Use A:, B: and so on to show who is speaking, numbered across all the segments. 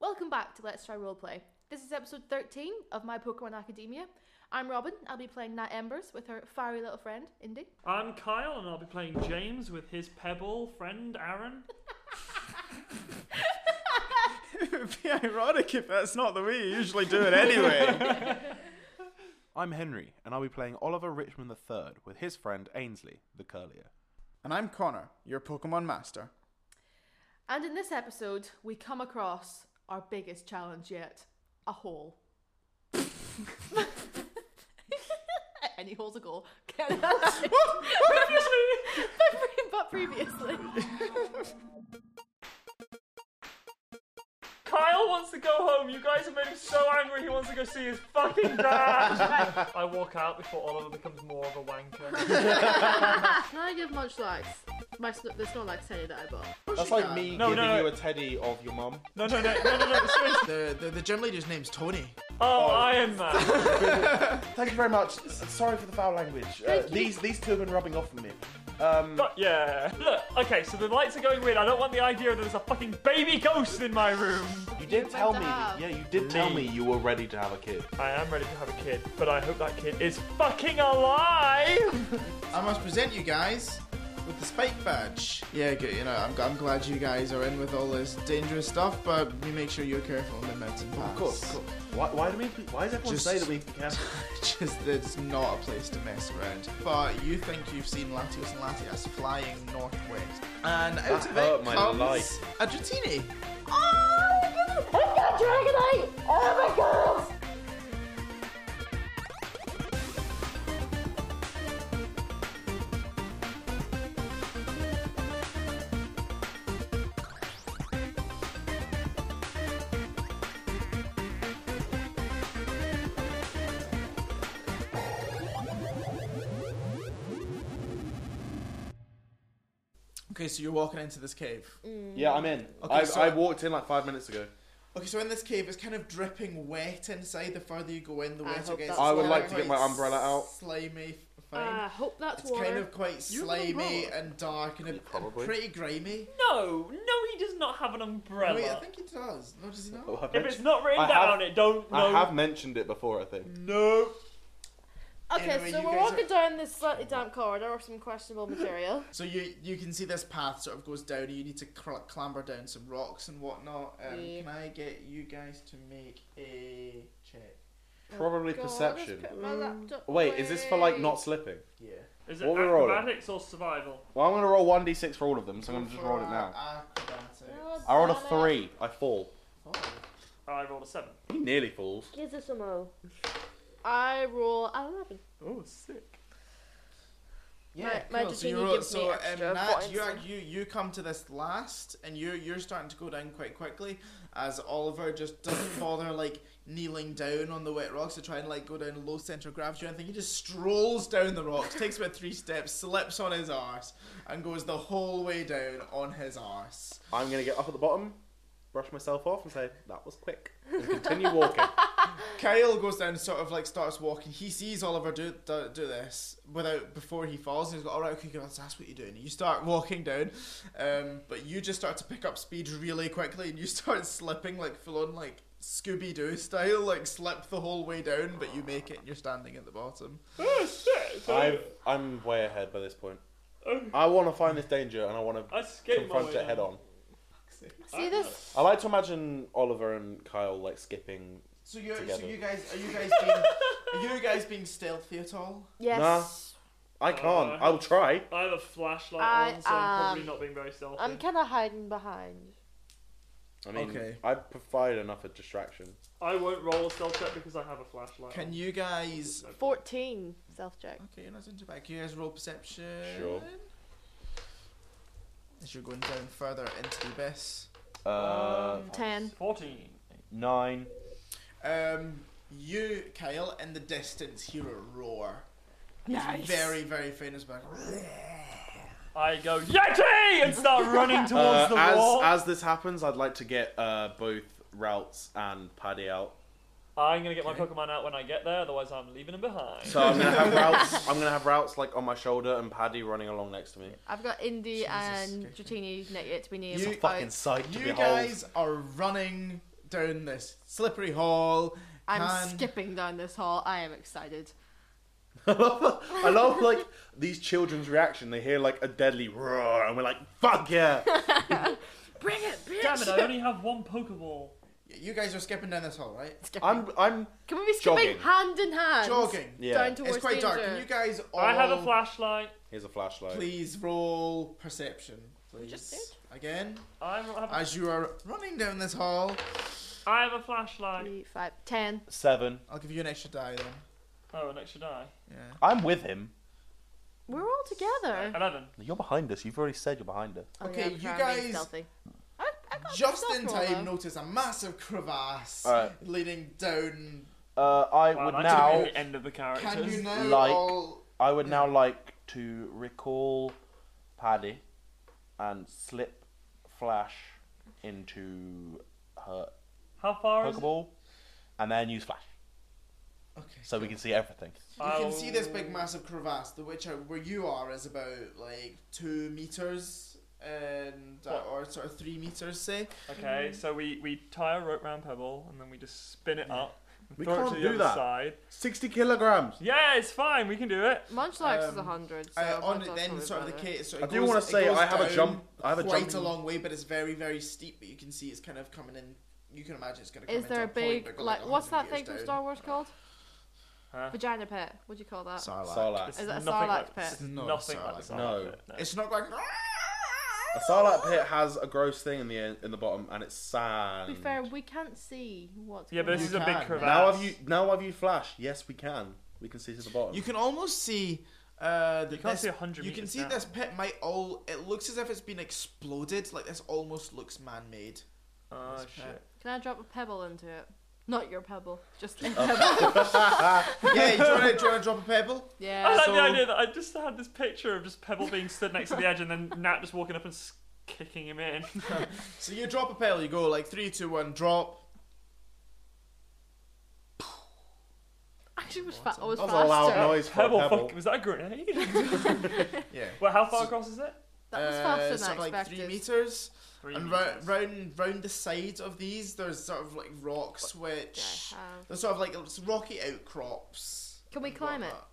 A: Welcome back to Let's Try Roleplay. This is episode 13 of My Pokemon Academia. I'm Robin. I'll be playing Nat Embers with her fiery little friend, Indy.
B: I'm Kyle, and I'll be playing James with his pebble friend Aaron.
C: it would be ironic if that's not the way you usually do it anyway.
D: I'm Henry, and I'll be playing Oliver Richmond III with his friend Ainsley, the curlier.
C: and I'm Connor, your Pokemon master.
A: And in this episode, we come across our biggest challenge yet a hole. Any hole's a goal. Can previously! but previously.
B: Kyle wants to go home. You guys have made him so angry. He wants to go see his fucking dad. I walk out before Oliver becomes more of a wanker.
E: Can I give Munch likes? My sn- the Snorlax teddy that I bought.
D: That's like me
B: No,
D: giving
B: no.
D: you a teddy of your mum.
B: No, no, no, no, no, no. seriously.
F: The, the the gym leader's name's Tony.
B: Oh, Iron Man.
D: Thank you very much. S- Sorry for the foul language. Uh, these these two have been rubbing off on me. Um,
B: But yeah. Look, okay. So the lights are going weird. I don't want the idea that there's a fucking baby ghost in my room.
D: you did tell me.
E: have.
D: Yeah, you did tell
B: Me.
D: me you were ready to have a kid.
B: I am ready to have a kid, but I hope that kid is fucking alive.
F: I must present you guys with the spike badge. Yeah, good. You know, I'm, g- I'm glad you guys are in with all this dangerous stuff, but we make sure you're careful in the mountain pass.
D: Of course. Why, why do we? Why does everyone
F: Just-
D: say that we can have?
F: Just it's not a place to mess around. But you think you've seen Latios and Latias flying northwest, and out of
D: hurt
F: it
D: my
F: comes
D: life.
F: a Dratini. Okay, so you're walking into this cave.
D: Yeah, I'm in.
F: Okay,
D: I,
F: so-
D: I walked in like five minutes ago.
F: Okay, so in this cave, it's kind of dripping wet inside. The further you go in, the
E: I
F: wetter
E: hope
F: it gets.
E: that's
D: I would
F: It's
D: like to
F: quite
D: get my umbrella out.
F: Slimy, fine.
E: I
A: Uh,
E: hope Ah, that's
F: It's
E: water.
F: kind of quite
E: You have an
F: slimy
E: umbrella?
F: and dark and, a, and
D: Probably.
F: pretty grimy.
B: No, no, he does not have an umbrella.
F: Wait, I think he does. No, does he not?
D: Oh, I've
B: if it's
D: mentioned-
B: not written
D: I have-
B: down, it don't. No.
D: I have mentioned it before, I think.
F: No.
E: Okay,
F: Anyway,
E: so
F: you
E: we're
F: guys
E: walking down this slightly damp corridor of some questionable material.
F: So you you can see this path sort of goes down, and you need to cl- clamber down some rocks and whatnot. Um,
E: Yeah.
F: Can I get you guys to make a check?
D: Oh, Probably
E: God,
D: perception.
E: let's put my laptop
D: Wait, is this for like
E: away.
D: not slipping?
F: Yeah.
B: Is it
D: What we rolling?
B: acrobatics or survival?
D: Well, I'm gonna roll one d6 for all of them, so I'm
F: Go
D: gonna just
F: for
D: roll it
F: a-
D: now.
F: acrobatics.
E: God
D: I rolled a
E: damn it.
D: three. I fall.
B: I rolled a seven.
D: He nearly falls.
E: Give us some O. I roll a eleven.
B: Oh, sick.
F: Yeah,
E: My- my
F: cool. so
E: Dratini
F: you roll-
E: gives me
F: so,
E: extra
F: um, Nat,
E: points.
F: you, ac- you you come to this last, and you're you're starting to go down quite quickly, as Oliver just doesn't bother like kneeling down on the wet rocks to try and like go down low center of gravity or anything. He just strolls down the rocks, takes about three steps, slips on his arse, and goes the whole way down on his arse.
D: I'm gonna get up at the bottom, brush myself off, and say that was quick, and continue walking.
F: Kyle goes down, and sort of like starts walking. He sees Oliver do do, do this without before he falls. And he's like, "All right, okay, good, that's, that's what you're doing." You start walking down, um, but you just start to pick up speed really quickly, and you start slipping like full on like Scooby Doo style, like slip the whole way down, but you make it, and you're standing at the bottom.
B: Oh,
D: I've, I'm way ahead by this point. I want to find this danger, and I want
B: I
D: to
B: skipped my
D: confront
B: way
D: it
B: down.
D: head on.
F: Ah,
E: See this?
D: I like to imagine Oliver and Kyle like skipping.
F: So you so
D: Together.
F: you guys are you guys being are you guys being stealthy at all?
E: Yes.
D: I can't.
B: Uh.
D: I will try.
B: I have a flashlight
E: I,
B: on, so I'm probably
E: um,
B: not being very stealthy.
E: I'm kind of hiding behind.
D: I mean,
F: Okay.
D: I provide enough of distraction.
B: I won't roll a stealth check because I have a flashlight.
F: Can you guys?
E: Fourteen self check.
F: Okay, you're not into back. Can you guys roll perception?
D: Sure.
F: As you're going down further into the abyss.
D: Uh,
E: Ten.
B: Fourteen.
D: nine.
F: Um, you, Kyle, in the distance hear a roar.
A: Nice.
F: Very, very faint as back.
B: I go Yeti and start running towards
D: Uh,
B: the
D: as
B: wall.
D: as this happens, I'd like to get uh, both routes and Paddy out.
B: I'm gonna get my
F: Okay.
B: Pokemon out when I get there, otherwise I'm leaving them behind.
D: So I'm gonna have routes. I'm gonna have routes like on my shoulder and Paddy running along next to me.
E: I've got Indy
F: Jesus,
E: and
F: okay.
E: Dratini yet to be named.
F: You-
D: Fucking sight to
F: You
D: behold.
F: guys are running down this slippery hall.
E: I'm
F: Can-
E: skipping down this hall. I am excited.
D: I love, I love like these children's reaction. They hear like a deadly roar, and we're like, "Fuck yeah!"
E: Bring it, bitch!
B: Damn it, I only have one Pokeball.
F: You guys are skipping down this hall, right?
E: Skipping.
D: I'm, I'm.
E: Can we be skipping
D: jogging.
E: hand in hand?
F: Jogging.
D: Yeah.
E: Down towards
F: It's quite dark.
E: danger.
F: Can you guys all
B: I have a flashlight.
D: Here's a flashlight.
F: please roll perception, please?
A: just
F: Again,
B: I have,
F: as you are running down this hall,
B: I have a flashlight.
E: Three, five, ten.
D: Seven.
F: I'll give you an extra die then.
B: Oh, an extra die.
F: Yeah.
D: I'm with him.
A: We're all together.
B: Eleven.
D: You're behind us. You've already said you're behind us.
A: Oh,
F: Okay,
A: yeah, I'm
F: you
A: trying to be
F: guys-
A: Stealthy. I, I
E: Oh,
A: got
F: Just
A: myself
F: in
A: roll,
F: time,
A: though.
F: notice a massive crevasse
D: Alright.
F: leading down.
D: Uh, I
B: Wow,
D: would
B: that took me
D: now.
B: to the end of the characters.
F: Can you now
D: like-
F: all?
D: I would now like to recall Paddy and slip Flash into her
B: How far is it?
D: Pokeball, and then use Flash
F: Okay.
D: so we can see everything.
F: You can see
B: Oh,
F: this big massive crevasse. The which are- where you are is about like two meters and uh,
B: What?
F: or sort of three meters, say.
B: Okay, so we, we tie a rope round Pebble and then we just spin it up. and
D: We
B: throw it
D: can't
B: to the
D: do
B: other
D: that.
B: side.
D: Sixty kilograms.
B: Yeah, it's fine. We can do it.
E: Munchlax is
F: Um,
E: a hundred. So
F: Uh, on
E: Munchlax
F: it then,
E: probably
F: sort of the
E: better.
F: case. Sort
D: I
F: of
D: do
F: goes-
D: want
F: it
D: to say
F: goes
D: I have a
F: down
D: jump. I have a
F: quite
D: jump.
F: a long way, but it's very very steep. But you can see it's kind of coming in. You can imagine it's going to.
E: Is there a big
F: point,
E: like, what's that thing from
F: down.
E: Star Wars called?
B: Huh?
E: Vagina pit. What do you call that?
D: Sarlacc.
E: Is it a
B: nothing
E: Sarlacc
B: like-
E: pit?
B: It's
F: No,
B: nothing like
F: Sarlacc.
B: Sarlacc
D: No.
B: pit,
F: It's not like.
D: A Sarlacc pit has a gross thing in the en- in the bottom, and it's sand.
A: To be fair, we can't see what's
B: Yeah, but
A: going
B: this
F: You
B: is a big
F: can.
B: crevasse.
D: now have you now have you Flash? Yes, we can. We can see to the bottom.
F: You can almost see. Uh, that
B: You can't
F: this-
B: see 100
F: You can
B: meters
F: see
B: down.
F: this pit might all. It looks as if it's been exploded. Like this almost looks man-made.
B: Oh
F: This
B: shit.
E: Can I drop a pebble into it? Not your pebble, just a
D: Oh.
E: pebble.
F: yeah, you want to drop a pebble?
B: I
E: yeah.
B: like the
F: So-
B: idea that I just had this picture of just Pebble being stood next to the edge and then Nat just walking up and s- kicking him in.
F: So you drop a pebble. You go like three, two, one, drop.
E: Actually, it was fa- I was
D: that was
E: faster.
D: a loud noise for a
B: Pebble,
D: pebble.
B: fuck, was that a grenade?
F: Yeah.
B: well, how far
F: So-
B: across is it?
E: That was
F: Uh,
E: faster than I
F: something
E: expected.
F: like three meters.
B: Three
F: And
B: meters.
F: round, round, round the side of these, there's sort of like rocks,
E: Do
F: which
E: I have-
F: there's sort of like it's rocky outcrops.
E: Can we
F: and
E: climb it?
F: whatnot.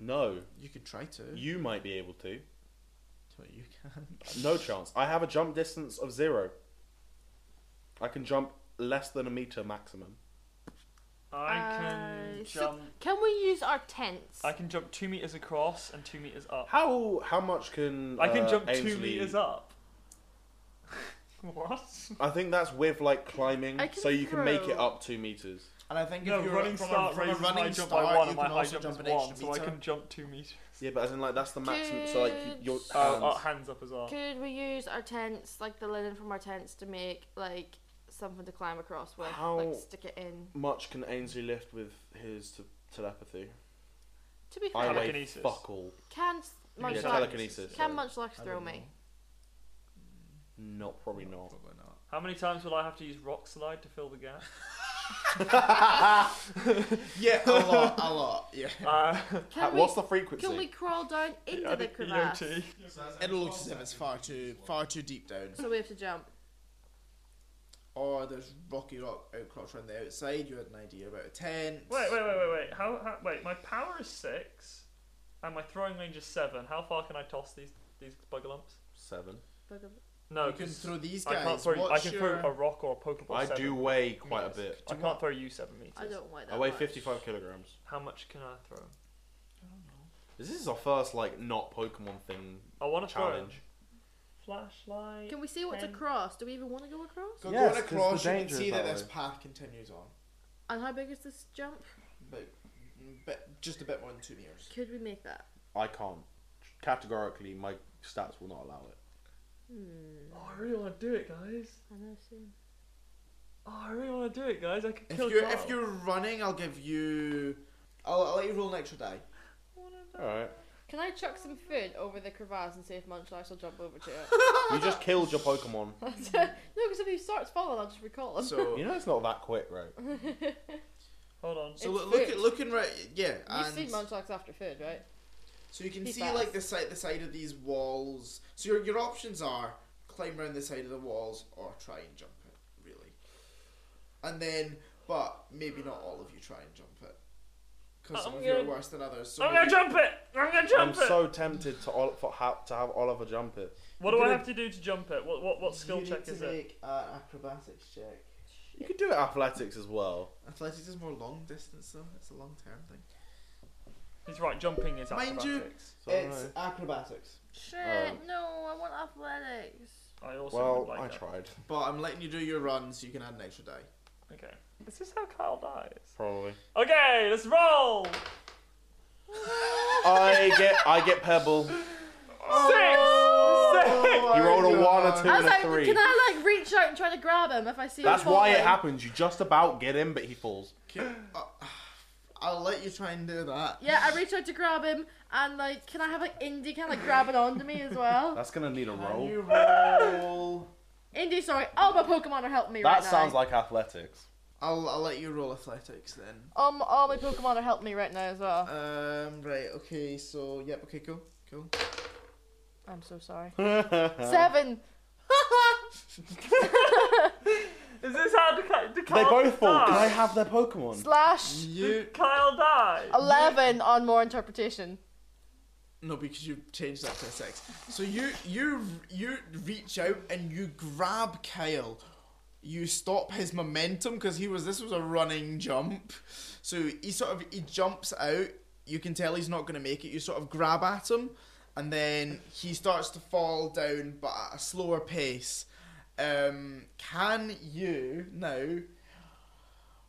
D: no,
F: You could try to.
D: you might be able to.
F: But you can.
D: No chance. I have a jump distance of zero. I can jump less than a meter maximum.
B: I can
E: Uh, so-
B: jump.
E: Can we use our
F: Uh,
E: tents?
B: I can jump two meters across and two meters up.
D: How how much can
B: I can
D: uh,
B: jump two
D: Ainsley-
B: meters up. what?
D: I think that's with like climbing,
E: I can
D: so you can make
E: throw.
D: it up two meters.
F: And I think
B: No,
F: if you're
B: running
F: from
B: start
F: a, from a
B: raises my
F: running
B: jump
F: start,
B: by one,
F: you
B: and
F: can
B: my high
F: also
B: jump is
F: jump an
B: one,
F: extra
B: so I
F: meter.
B: can jump two meters.
D: Yeah, but as in like that's the maximum. So like you- your
B: Oh,
D: hands.
B: uh, hands up as well.
E: Could we use our tents, like the linen from our tents, to make like something to climb across with?
D: How-
E: Like stick it in.
D: much can Ainsley lift with his te- telepathy?
E: To be
D: I
E: fair,
D: weigh
B: Telekinesis.
D: fuck all.
E: can s-
B: Yeah,
E: much
D: yeah,
B: sorry.
E: luck,
D: telekinesis.
E: can
D: sorry.
E: much luck
F: I
E: throw
F: don't
E: me?
F: know.
D: Not probably not.
F: Probably not.
B: How many times will I have to use rock slide to fill the gap?
F: Yeah, a lot, a lot. Yeah.
B: Uh,
E: Can
D: Uh,
E: we,
D: What's the frequency?
E: can we crawl down into
B: I
E: the
B: think
E: crevasse?
B: EOT.
F: It looks as if it's far too, far too deep down.
E: So we have to jump.
F: Or there's rocky rock outcrops around the outside. You had an idea about a tent.
B: Wait, wait, wait, wait, wait. How, how? Wait, my power is six, and my throwing range is seven. How far can I toss these these bugger lumps?
D: Seven.
B: No,
F: You can
B: 'cause
F: throw these
B: I
F: guys.
B: can't throw. I
F: What's
B: can
F: your-
B: throw a rock or a pokeball.
D: I
B: seven
D: do weigh quite a
B: meters.
D: bit.
B: I
F: Do
B: can't
F: what?
B: throw you seven meters.
E: I don't like that.
D: I weigh
E: much.
D: 55 kilograms.
B: How much can I throw?
D: This is our first like not Pokemon thing
B: I want to throw.
D: challenge.
B: Flashlight.
E: Can we see what's
B: Ten.
E: across? Do we even want to go across?
F: Go,
D: Yes,
F: going
D: 'cause the
F: across, you can
D: danger is
F: see that,
D: that
F: this
D: way.
F: path continues on,
E: And how big is this jump?
F: but, but just a bit more than two meters.
E: Could we make that?
D: I can't. Categorically, my stats will not allow it.
E: Hmm.
B: Oh, I really want to do it, guys.
E: I know soon.
B: Oh, I really want to do it, guys. I could
F: If
B: kill
F: you're
B: Carl.
F: if you're running, I'll give you. I'll, I'll let you roll an extra die.
D: All right.
E: Can I chuck some food over the crevasse and see if Munchlax will jump over to it?
D: You just killed your Pokemon.
E: no, because if he starts falling, I'll just recall him.
F: So
D: You know it's not that quick, right?
B: Hold on.
F: so
E: It's
F: look, look
E: food.
F: at looking right. Yeah,
E: You've
F: and
E: seen Munchlax after food, right?
F: so you can
E: He's
F: see
E: fast.
F: like the side the side of these walls. So your your options are climb around the side of the walls or try and jump it. Really, and then, but maybe not all of you try and jump it. Because some
B: I'm
F: of you are
B: gonna-
F: worse than others. So
B: I'm
F: maybe-
B: gonna jump it. I'm gonna
D: I'm
B: jump it.
D: so tempted to Ol- for ha- to have Oliver jump it.
B: what do I
F: gonna-
B: have to do to jump it? What what what skill
F: you
B: check
F: need
B: is
F: to
B: it?
F: make an acrobatics check.
D: You could do it athletics as well.
F: Athletics is more long distance though. It's a long term thing.
B: He's right. Jumping is
F: Mind
B: acrobatics.
F: you,
D: So I don't
F: it's
D: know.
F: acrobatics.
E: Shit,
D: Um,
E: no, I want athletics.
B: I also
D: well,
B: would like
D: I
B: that.
D: tried
F: But I'm letting you do your run so you can add an extra die.
B: Okay. This is how Kyle dies.
D: probably.
B: Okay, let's roll.
D: I get I get pebble.
B: Six. Six.
F: Oh.
D: You rolled a one, a two,
E: I
D: and
E: was
D: a
E: like,
D: three.
E: can I like reach out and try to grab him if I see
D: That's
E: him?
D: why it
E: falling?
D: happens. You just about get him, but he falls.
F: uh, I'll let you try and do that.
E: Yeah, I reach out to grab him and like, can I have like Indy kind of like grab it onto me as well?
D: That's gonna need a roll.
F: You roll.
E: Indy, sorry, all my Pokemon are helping me
D: that
E: right now.
D: sounds like athletics.
F: I'll, I'll let you roll athletics then.
E: Um, all my Pokemon are helping me right now as well.
F: Um, right, okay, so, yep, okay, cool, cool.
E: I'm so sorry.
D: Uh.
E: Seven.
B: Is this how the, Ky- the
D: They
B: Kyle
D: both fall. Can I
B: dies?
D: have their Pokemon?
E: slash
F: You,
B: Kyle dies.
F: Oh.
E: eleven on more interpretation.
F: no, because you changed that to a six. So you, you, you reach out and you grab Kyle. You stop his momentum because he was, this was a running jump. So he sort of, he jumps out. You can tell he's not going to make it. You sort of grab at him and then he starts to fall down but at a slower pace. Um, can you now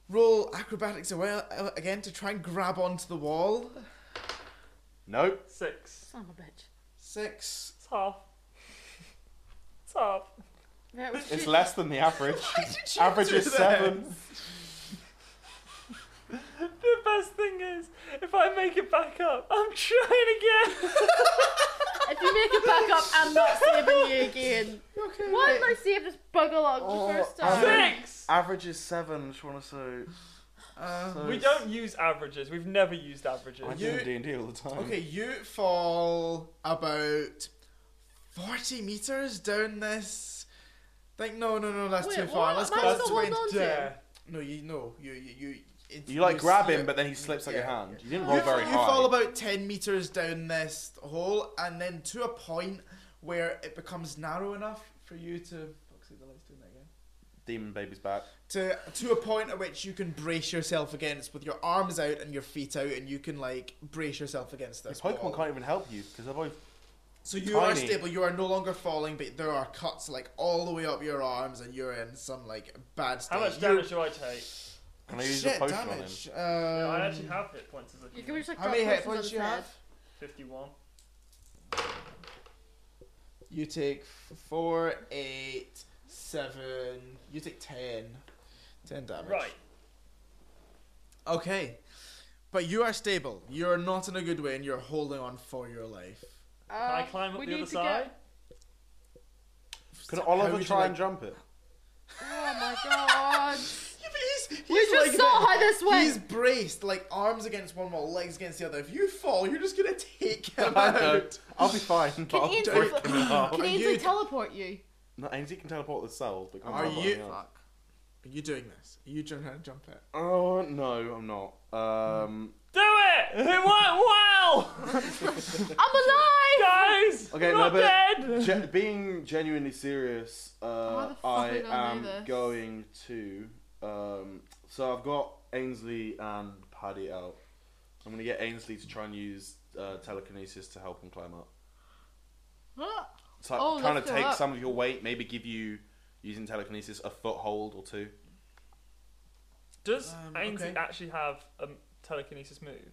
F: roll acrobatics away again to try and grab onto the wall?
D: Nope.
B: Six.
E: Son of a bitch.
F: Six.
B: It's half. It's half.
E: Yeah, it was
D: It's
E: two-
D: less than the average.
F: did you
D: average
F: do
D: is
F: that?
D: seven.
B: The best thing is, if I make it back up, I'm trying again.
E: if you make it back up, I'm not saving you again.
F: Okay.
E: Why did I save this bug along the first
D: Oh,
E: time?
D: I'm-
B: Six.
D: Average is seven. I just want to say.
F: Um,
B: We don't use averages. We've never used averages.
D: I
F: You-
D: do D and D all the time.
F: okay, you fall about forty meters down this. Like no, no, no, that's
E: Wait,
F: too far.
E: what?
F: Let's
E: Am
F: go.
E: I
F: That's
E: still holding on to him?
B: Yeah.
F: No, you no, you you you. it's-
D: You like grab
F: see
D: him,
F: it.
D: but then he slips out your
F: Yeah.
D: hand. You didn't
F: You,
D: roll very
F: you
D: high.
F: fall about 10 meters down this hole, and then to a point where it becomes narrow enough for you to. Fuck's sake, the light's doing that again.
D: Demon baby's back.
F: To, to a point at which you can brace yourself against with your arms out and your feet out, and you can like brace yourself against
D: Your
F: this.
D: Pokemon
F: wall.
D: can't even help you because they're both.
F: so you are
D: tiny.
F: stable. You are no longer falling, but there are cuts like all the way up your arms, and you're in some like bad state.
B: How much
F: You're-
B: damage do I take?
D: Can I use
F: Shit,
D: a potion
F: damage. Um,
B: Yeah, I actually have hit points as a
E: You can we
B: human.
E: just like
F: how
E: drop
F: many hit
E: potions on
F: points
E: his
F: do you
E: head?
F: have?
B: Fifty-one.
F: You take f- four, eight, seven. You take ten. Ten damage.
B: Right.
F: Okay. But you are stable. You're not in a good way and you're holding on for your life.
B: Can I
E: Um,
B: climb up
E: we
B: the other
E: need to get-
B: side?
D: on him. Can
F: How would
D: Oliver
F: you
D: try
F: like-
D: and jump it?
E: Oh my god.
F: Yeah, but he's, he's
E: We just
F: like
E: saw
F: that-
E: how this went.
F: He's braced, like arms against one wall, legs against the other. If you fall, you're just gonna take him
D: I know. Oh
F: out.
D: I'll be fine. But
E: Can
D: I'll
E: Ian
D: break
E: teleport-
D: him up.
E: Can
F: Are
E: Ainsley
F: you-
E: teleport you?
D: No, Ainsley can teleport themselves, but can't
F: Are
D: teleport
F: you?
D: anyone else.
F: Fuck. Are you doing this? Are you trying to jump it?
D: Oh no, I'm not. Um,
B: Do it! It worked well!
E: I'm alive!
B: Guys!
D: Okay,
B: I'm
D: no,
B: not
D: but-
B: dead!
D: ge- being genuinely serious,
E: How
D: uh,
E: the fuck are
D: I
E: we gonna do
D: am
E: this?
D: going to. Um, so I've got Ainsley and Paddy out. I'm gonna get Ainsley to try and use uh, telekinesis to help him climb up.
E: Huh?
D: It's like
E: Oh,
D: kind of
E: lift her
D: take
E: up.
D: some of your weight, maybe give you using telekinesis a foothold or two.
B: Does
F: Um,
B: Ainsley
F: okay.
B: actually have a telekinesis move?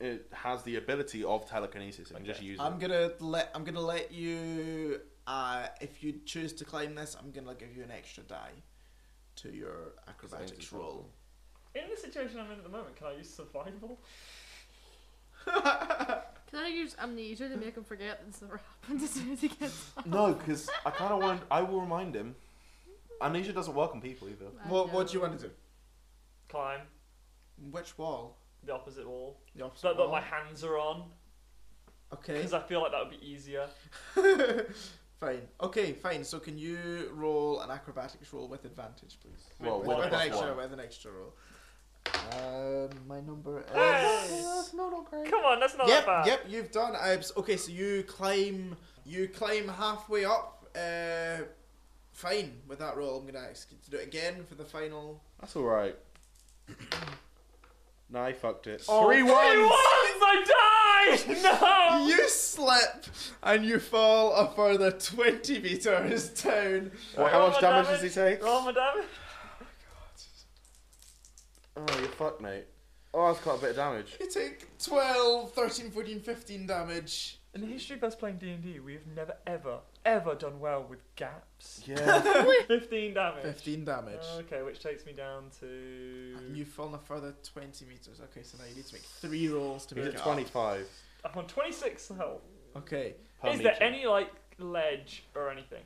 D: It has the ability of telekinesis and just
B: Okay.
D: use
F: I'm
D: it.
F: gonna let I'm gonna let you uh if you choose to climb this, I'm gonna give you an extra die to your acrobatics
D: Sounds
F: roll.
B: In the situation I'm in at the moment, can I use survival?
E: Can I use amnesia to make him forget that this never happened as soon as he gets up?
D: No, because I kind of want. I will remind him. Amnesia doesn't work on people either.
E: I
F: What what do you
E: know.
F: want to do?
B: Climb
F: Which wall?
B: the opposite wall.
F: The opposite
B: That, that
F: wall.
B: my hands are on,
F: Okay.
B: because I feel like that would be easier.
F: Fine. Okay, fine. So can you roll an acrobatics roll with advantage, please?
D: Well,
F: with,
D: Oh, one
F: with an
D: plus
F: extra
D: one.
F: with an extra roll. Um, my number is.
B: Hey!
E: Oh,
F: no, not great.
B: Come on, that's not that
F: Yep,
B: bad.
F: yep. You've done. abs. okay, so you climb. You climb halfway up. Uh, fine with that roll. I'm gonna ask you to do it again for the final.
D: That's all right. nah, I fucked it.
F: Oh,
D: Three
B: Three
D: ones.
B: ones! I died! No!
F: You slip and you fall a further twenty meters down.
D: Wait, how
B: Roll
D: much
B: my
D: damage does he take?
B: Roll my damage.
D: Oh, you fucked, mate. Oh, that's quite a bit of damage.
F: You take 12, 13, 14, 15 damage.
B: In the history of us playing D&D, we have never, ever, ever done well with gaps.
D: Yeah.
B: 15 damage.
F: 15 damage.
B: Okay, which takes me down to...
F: And you've fallen a further 20 meters. Okay, so now you need to make three rolls to
D: He's
F: make it
D: at
F: up.
D: 25.
B: I'm on 26 health.
F: Okay,
D: per
B: Is there
D: meter.
B: any, like, ledge or anything?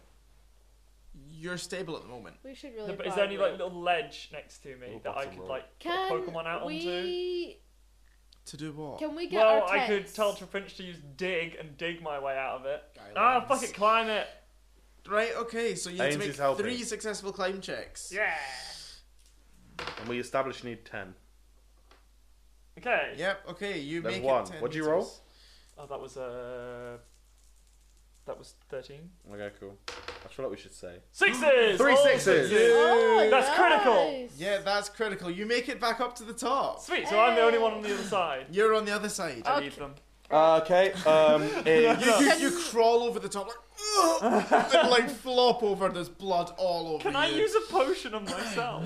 F: you're stable at the moment.
E: We should
B: No,
E: really.
B: but is there any, like,
E: probably-
B: little ledge next to me
D: Little
B: that I
D: bottom
B: could,
D: row.
B: like, put
E: Can
B: Pokemon out onto?
E: we?
F: To do what?
E: Can we get
B: Well,
E: our
B: I could
E: tents?
B: tell to Finch to use dig and dig my way out of it.
F: Guidelines.
B: Ah, fuck it, climb it.
F: Right, okay, so you need
D: Ains
F: to
D: is
F: make
D: helping.
F: three successful climb checks.
B: Yeah.
D: And we established you need 10.
B: Okay.
F: Yep, okay, you
D: Then
F: make
D: one.
F: it 10
D: What'd you
F: meters.
D: roll?
B: Oh, that was Uh, that was 13.
D: Okay, cool. I feel like we should say.
B: Sixes!
D: Three
B: All
D: sixes!
B: sixes!
E: Oh,
B: That's critical.
E: nice.
F: Yeah, that's critical. You make it back up to the top.
B: Sweet, so I'm the only one on the other side.
F: You're on the other side.
B: I need them.
D: Uh, okay, um,
F: You,
D: it's-
F: you, you crawl over the top, like, "Ugh," and like flop over. There's blood all over
B: Can
F: you.
B: I use a potion on myself?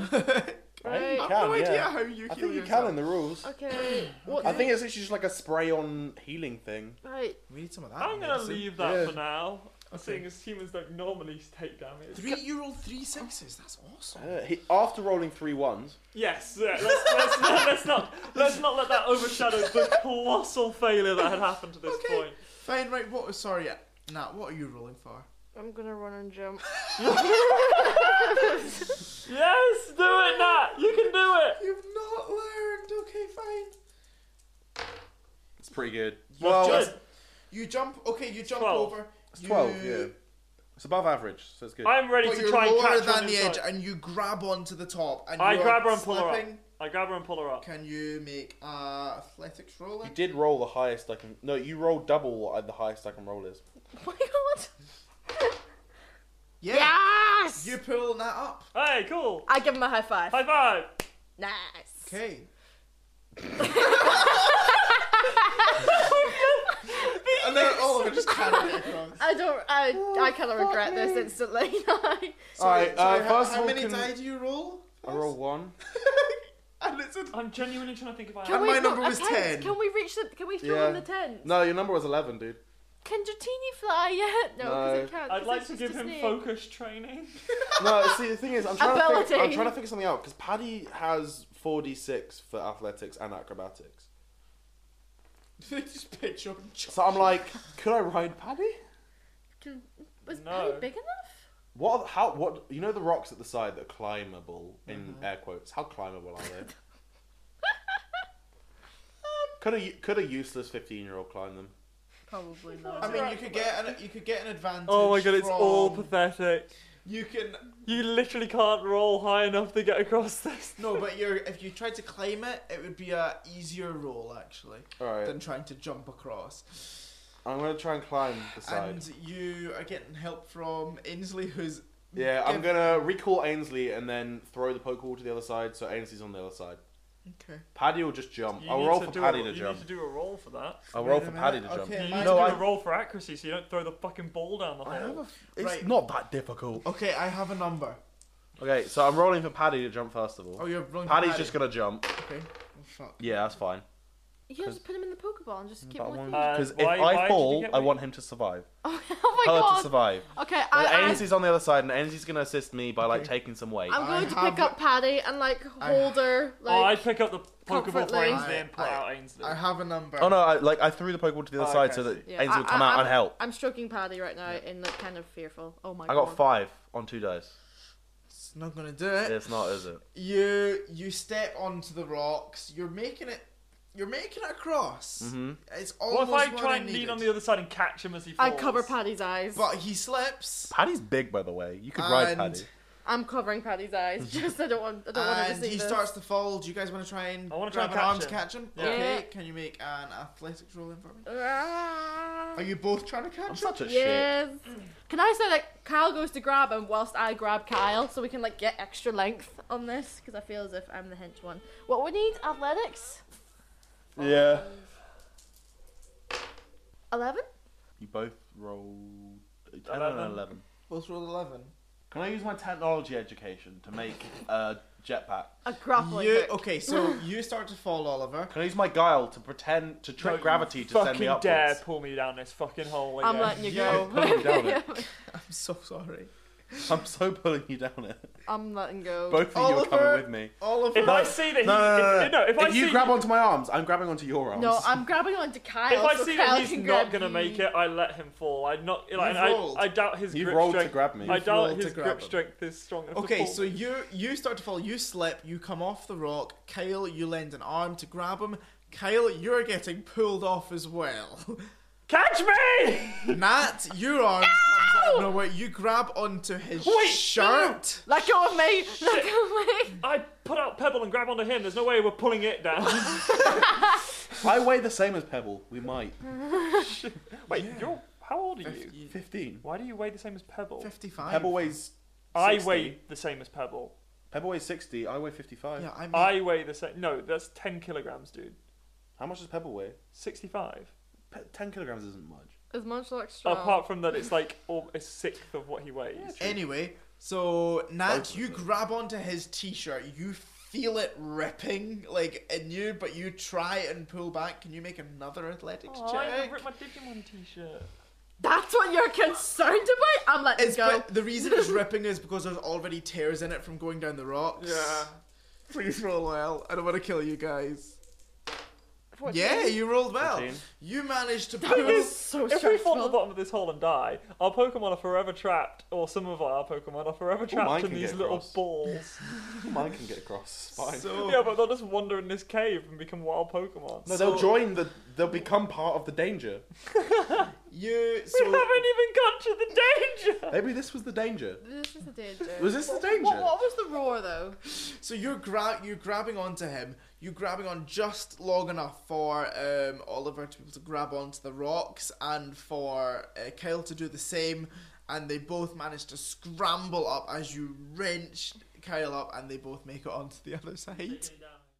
D: I think you
F: I've
D: can,
F: no idea
D: yeah.
F: how you heal
D: I think you
F: yourself.
D: can in the rules.
E: Okay. What
D: I think it's actually just like a spray on healing thing.
E: Right.
F: We need some of that.
B: I'm gonna
F: medicine.
B: leave that
D: Yeah.
B: for now.
F: Okay.
B: Seeing as humans don't normally take damage.
F: Three, you rolled three sixes. That's awesome.
D: Uh, he, after rolling three ones,
B: Yes, yeah, let's, let's, not, let's not let's not let that overshadow the colossal failure that had happened to this
F: Okay.
B: point.
F: Fine, right? What? Sorry, yeah. Nat. What are you rolling for?
E: I'm gonna run and jump.
B: Yes, do it, Nat. You can do it.
F: You've not learned. Okay, fine.
D: it's pretty good.
F: You're
D: Well,
F: just-
D: it's,
F: You jump. Okay, you jump
B: Twelve.
F: over.
D: it's
F: you-
D: 12, yeah. It's above average, so it's good.
B: I'm ready
F: But
B: to
F: you're
B: try and
F: lower
B: catch
F: than
B: on
F: the edge,
B: inside.
F: and you grab onto the top. And
B: I
F: you are
B: grab her and pull her up.
F: slipping.
B: I grab her and pull her up.
F: Can you make a athletics roll?
D: You
F: then?
D: did roll the highest I can. No, you rolled double what I- the highest I can roll is.
E: Oh my god.
F: Yeah.
E: Yes.
F: You pull that up.
B: Hey, cool.
E: I give him a high five.
B: High five.
E: Nice.
F: Okay. and then all of it just carried it across.
E: I don't. I.
F: Oh,
E: I kind of regret this instantly.
D: Alright, uh,
F: how,
D: first
F: how
D: of all,
F: many
D: can-
F: die do you roll?
D: I roll one.
F: and it's a
B: I'm genuinely trying to think about.
F: Can
B: it.
F: we- my
E: not-
F: number was
E: a tent.
F: 10.
E: Can we reach the? Can we throw
D: Yeah.
E: in the tent?
D: No, your number was 11, dude.
E: Can Dratini fly yet? No, because
D: No.
E: it can't.
B: I'd
E: 'cause
B: like
E: it's
B: to
E: just
B: give
E: a
B: him
E: snake.
B: focus training.
D: No, see, the thing is, I'm trying, to think, I'm
E: Ability.
D: trying to figure something out because Paddy has 4d6 for athletics and acrobatics.
F: they just pitch up and chop.
D: So I'm like, could I ride Paddy?
E: Can- Was
B: No.
E: Paddy big enough?
D: What? are- How? What? You know the rocks at the side that are climbable in air quotes. How climbable are they? could a could a useless fifteen year old climb them?
E: Probably
F: I mean, you could get an you could get an advantage.
B: Oh my god, it's all
F: from-
B: pathetic.
F: You can
B: You literally can't roll high enough to get across this.
F: no, but you're if you tried to climb it, it would be a easier roll actually
D: All right,
F: than trying to jump across.
D: I'm gonna try and climb the side.
F: And you are getting help from Insley, who's
D: yeah, I'm
F: give-
D: gonna recall Ainsley and then throw the pokeball to the other side, so Ainsley's on the other side.
F: okay.
D: Paddy will just jump.
B: You
D: I'll
B: need
D: roll
B: to
D: for
B: do
D: Paddy
B: a,
D: to
B: you
D: jump.
B: need to do a roll for that.
D: I'll roll
F: Wait
D: for
F: a
D: Paddy to
F: minute,
D: jump.
F: okay. Yeah,
B: you
F: mine-
B: need
D: No,
B: to
D: I-
B: do a roll for accuracy so you don't throw the fucking ball down the hole.
D: It's
F: Right.
D: not that difficult.
F: Okay, I have a number.
D: Okay, so I'm rolling for Paddy to jump first of all.
F: Oh, you're rolling. for
D: Paddy's
F: Paddy.
D: just gonna jump.
F: Okay. Oh, fuck.
D: Yeah, that's fine.
E: You can just put him in the Pokeball and just keep him
D: Because
E: with you.
B: Uh, why-
D: if
B: why did
D: I
B: you
D: fall,
B: get
D: I
B: me?
D: want him to survive.
E: oh, oh my
D: Her to
E: god.
D: survive.
E: Okay,
D: And
E: I,
D: Ainsley's on the other side, and Ainsley's gonna assist me by like
F: Okay.
D: taking some weight.
E: I, I'm
F: I
E: going to
F: have-
E: pick up Paddy and like
F: I-
E: hold her.
B: oh, I
E: Like,
B: pick up the Pokeball for
E: Comfortly.
B: Ainsley and pull
F: I-
B: out Ainsley.
F: I have a number.
D: oh no! I, like I threw the Pokeball to the other
B: Oh,
D: side
B: okay.
D: so that
E: Yeah,
D: Ainsley would
E: I-
D: come
E: I-
D: out and help.
E: I, am stroking Paddy right now and look kind of fearful. Oh my
D: I
E: god.
D: got five on two dice.
F: It's not gonna do it.
D: It's not, is it?
F: You you step onto the rocks. You're making it You're making it across.
D: Mm-hmm.
F: It's
B: What
F: almost
B: if I
F: what
B: try
F: I
B: and lean
F: needed.
B: on the other side and catch him as he
E: I
B: falls?
E: cover Paddy's eyes.
F: But he slips.
D: Paddy's big, by the way. You could ride
F: And-
D: Paddy.
E: I'm covering Paddy's eyes. Just I don't want. I don't want him
F: And
E: to see
F: he
E: this.
F: starts to fall. Do you guys want to try and
B: I wanna
F: grab
B: try
F: an
B: and catch
F: arm to
B: him.
F: catch him?
B: Yeah.
F: Okay,
E: Yeah.
F: can you make an athletics roll in for me? Are
E: Are
F: you both trying to catch
D: I'm
F: him?
D: such a shit.
E: Ah. Yes. Can I say that Kyle goes to grab him whilst I grab Kyle so we can like get extra length on this because I feel as if I'm the hench one. What we need? Athletics.
D: Yeah.
E: Eleven.
D: You both rolled a 10
B: Eleven.
D: and 11.
F: Both roll 11.
D: Can I use my technology education to make a jetpack?
E: A grappling
F: You,
E: hook.
F: okay, so you start to fall, Oliver.
D: Can I use my guile to pretend to
B: Don't
D: trick
B: you
D: gravity to
B: fucking
D: send me upwards?
B: dare pull me down this fucking hole
E: I'm
B: again.
E: letting you
F: You
E: go.
D: put him down it.
F: I'm so sorry.
D: I'm so pulling you down it.
E: I'm letting go.
D: Both of you are
F: Oliver.
D: coming with me.
F: Oliver.
B: If I see that he,
D: No, no, no, no.
B: if, no, if, I
D: you
B: see,
D: grab onto my arms, I'm grabbing onto your arms.
E: no, I'm grabbing onto Kyle.
B: if I
E: so
B: see
E: Kyle
B: that he's
E: can
B: not
E: grab
B: gonna
E: you.
B: make it, I let him fall. I not like
F: You've
B: and I,
F: rolled.
B: I doubt his
D: You
B: grip
D: rolled
B: strength.
D: to grab me.
B: I
F: You've
B: doubt
F: rolled
B: his
F: to grab
B: grip
F: him.
B: strength is strong enough to
F: Okay,
B: pull
F: so
B: me.
F: you you start to fall. You slip. You come off the rock. Kyle, you lend an arm to grab him. Kyle, you're getting pulled off as well.
B: catch me.
F: Nat, your arm comes out of nowhere. You grab onto his
B: Wait,
F: shirt.
E: Let go of me. Let go of me.
B: I put out pebble and grab onto him. There's no way we're pulling it down.
D: I weigh the same as Pebble. We might.
B: Wait, you're how old are you?
F: Fif-
D: 15.
B: Why do you weigh the same as Pebble?
F: Fifty-five.
D: Pebble weighs.
B: I
D: 60.
B: weigh the same as Pebble.
D: Pebble weighs 60. I weigh 55.
F: Yeah, I mean,
B: I weigh the same. No, that's ten kilograms, dude.
D: How much does Pebble weigh?
B: Sixty-five.
D: Pe- 10 kilograms isn't much.
E: As much
B: Oh,
E: like
F: Oh.
E: strong.
B: Apart from that, it's like all, a sixth of what he weighs.
F: Anyway, so
D: Both
F: Nat,
D: of
F: you
D: them.
F: grab onto his t-shirt. You feel it ripping like in you, but you try and pull back. Can you make another athletics
B: Aw, Oh, I
F: check?
B: ripped my Digimon T-shirt.
E: That's what you're concerned about. I'm letting
F: It's
E: go.
F: but the reason it's ripping is because there's already tears in it from going down the rocks. Please roll well. I don't want to kill you guys. Yeah, you rolled well.
D: 14.
F: You managed to
E: That
F: pull.
E: is so
B: If we fall to the
E: stressful.
B: bottom of this hole and die, our Pokemon are forever trapped, or some of our Pokemon are forever
D: Oh, mine
B: trapped in
D: can
B: these
D: get
B: little
D: across.
B: balls.
D: Mine can get across. It's fine.
F: So
B: yeah, but they'll just wander in this cave and become wild Pokemon.
D: no,
F: so-
D: they'll join the. They'll become part of the danger.
F: you
B: we
F: so
B: haven't even got to the danger.
D: Maybe this was the danger.
E: This is a danger.
D: Was this the danger?
E: What, what was the roar though?
F: so you're gra- you're grabbing onto him. You're grabbing on just long enough for um, Oliver to be able to grab onto the rocks and for uh, Kyle to do the same. And they both manage to scramble up as you wrench Kyle up, and they both make it onto the other side.